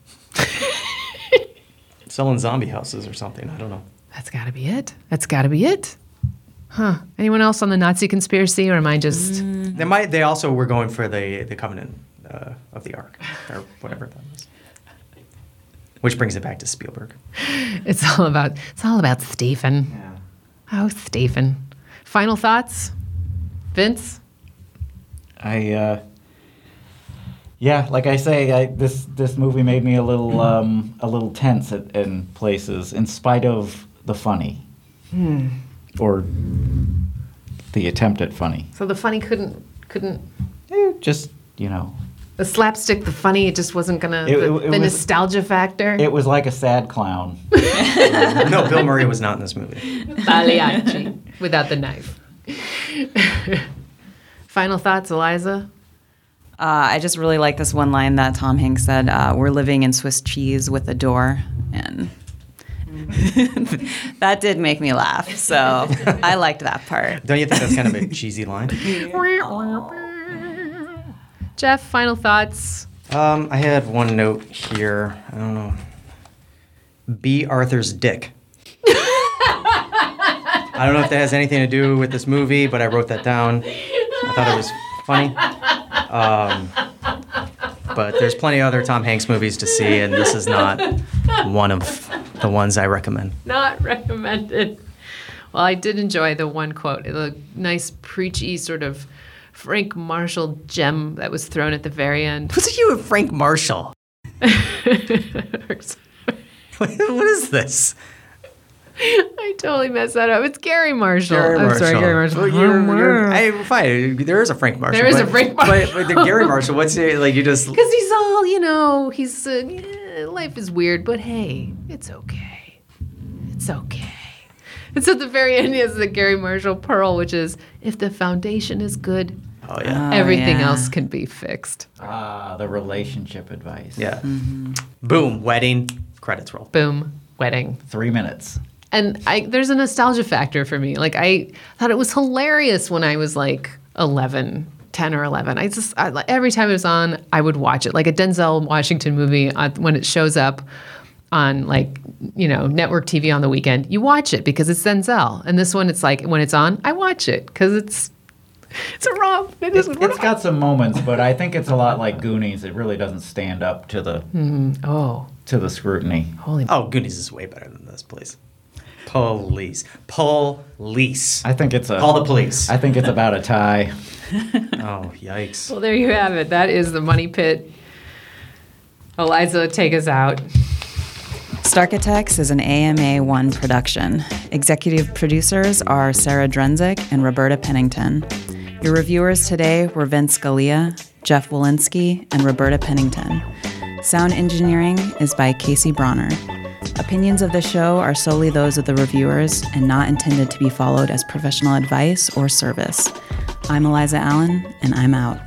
S4: selling zombie houses or something. I don't know.
S2: That's got to be it. That's got to be it. Huh. Anyone else on the Nazi conspiracy, or am I just.
S4: They might. They also were going for the the covenant uh, of the ark or whatever that was. Which brings it back to Spielberg.
S2: It's all about. It's all about Stephen. Oh, Stephen. Final thoughts, Vince.
S3: I uh, yeah, like I say, I, this this movie made me a
S4: Hmm.
S3: little um, a little tense at, in places, in spite of the funny
S4: Hmm.
S3: or the attempt at funny.
S2: So the funny couldn't couldn't
S3: Eh, Just you know,
S2: the slapstick, the funny. It just wasn't gonna.
S3: It-
S2: the
S3: it- it
S2: the
S3: was-
S2: nostalgia factor.
S3: it was like a sad clown.
S4: No, Bill Murray was not in this movie.
S2: Pagliacci without the knife. Final thoughts, Eliza.
S1: Uh, I just really like this one line that Tom Hanks said uh, We're living in Swiss cheese with a door. And that did make me laugh. So I liked that part.
S4: Don't you think that's kind of a cheesy line?
S2: Jeff, final thoughts.
S4: Um, I had one note here. I don't know. B. Arthur's dick. I don't know if that has anything to do with this movie, but I wrote that down. I thought it was funny. Um, but there's plenty of other Tom Hanks movies to see, and this is not one of the ones I recommend.
S2: Not recommended. Well, I did enjoy the one quote, the nice preachy sort of Frank Marshall gem that was thrown at the very end.
S4: What's with you and Frank Marshall? what is this?
S2: I totally messed that up. It's Gary Marshall.
S4: Gary
S2: I'm sorry,
S4: Marshall.
S2: Gary Marshall.
S4: Well, you're- you're- I- fine. There is a Frank Marshall.
S2: There is a
S4: but-
S2: Frank
S4: But, but the Gary Marshall, what's it like? You just
S2: Because he's all, you know, he's uh, yeah, life is weird, but hey, it's okay. It's okay. And so at the very end, he has the Gary Marshall pearl, which is if the foundation is good,
S4: oh yeah,
S2: everything
S1: yeah.
S2: else can be fixed.
S3: Ah, the relationship advice.
S4: yeah.
S3: Mm-hmm.
S4: Boom, wedding credits roll.
S2: Boom, wedding.
S3: Three minutes.
S2: And I, there's a nostalgia factor for me. Like, I thought it was hilarious when I was like 11. 10 or 11. I just, I, like, every time it was on, I would watch it. Like a Denzel Washington movie, uh, when it shows up on like, you know, network TV on the weekend, you watch it because it's Denzel. And this one, it's like, when it's on, I watch it because it's, it's a romp. It is.
S3: It's got some moments, but I think it's a lot like Goonies. It really doesn't stand up to the
S2: oh,
S3: to the scrutiny.
S2: holy.
S4: Oh, Goonies is way better than this, please. Police, police.
S3: I think it's a
S4: Call the police.
S3: I think it's about a tie.
S4: oh yikes!
S2: Well, there you have it. That is the money pit. Eliza, take us out.
S1: Starkitex is an AMA One production. Executive producers are Sarah Drenzik and Roberta Pennington. Your reviewers today were Vince Scalia, Jeff Walensky, and Roberta Pennington. Sound engineering is by Casey Bronner. Opinions of the show are solely those of the reviewers and not intended to be followed as professional advice or service. I'm Eliza Allen, and I'm out.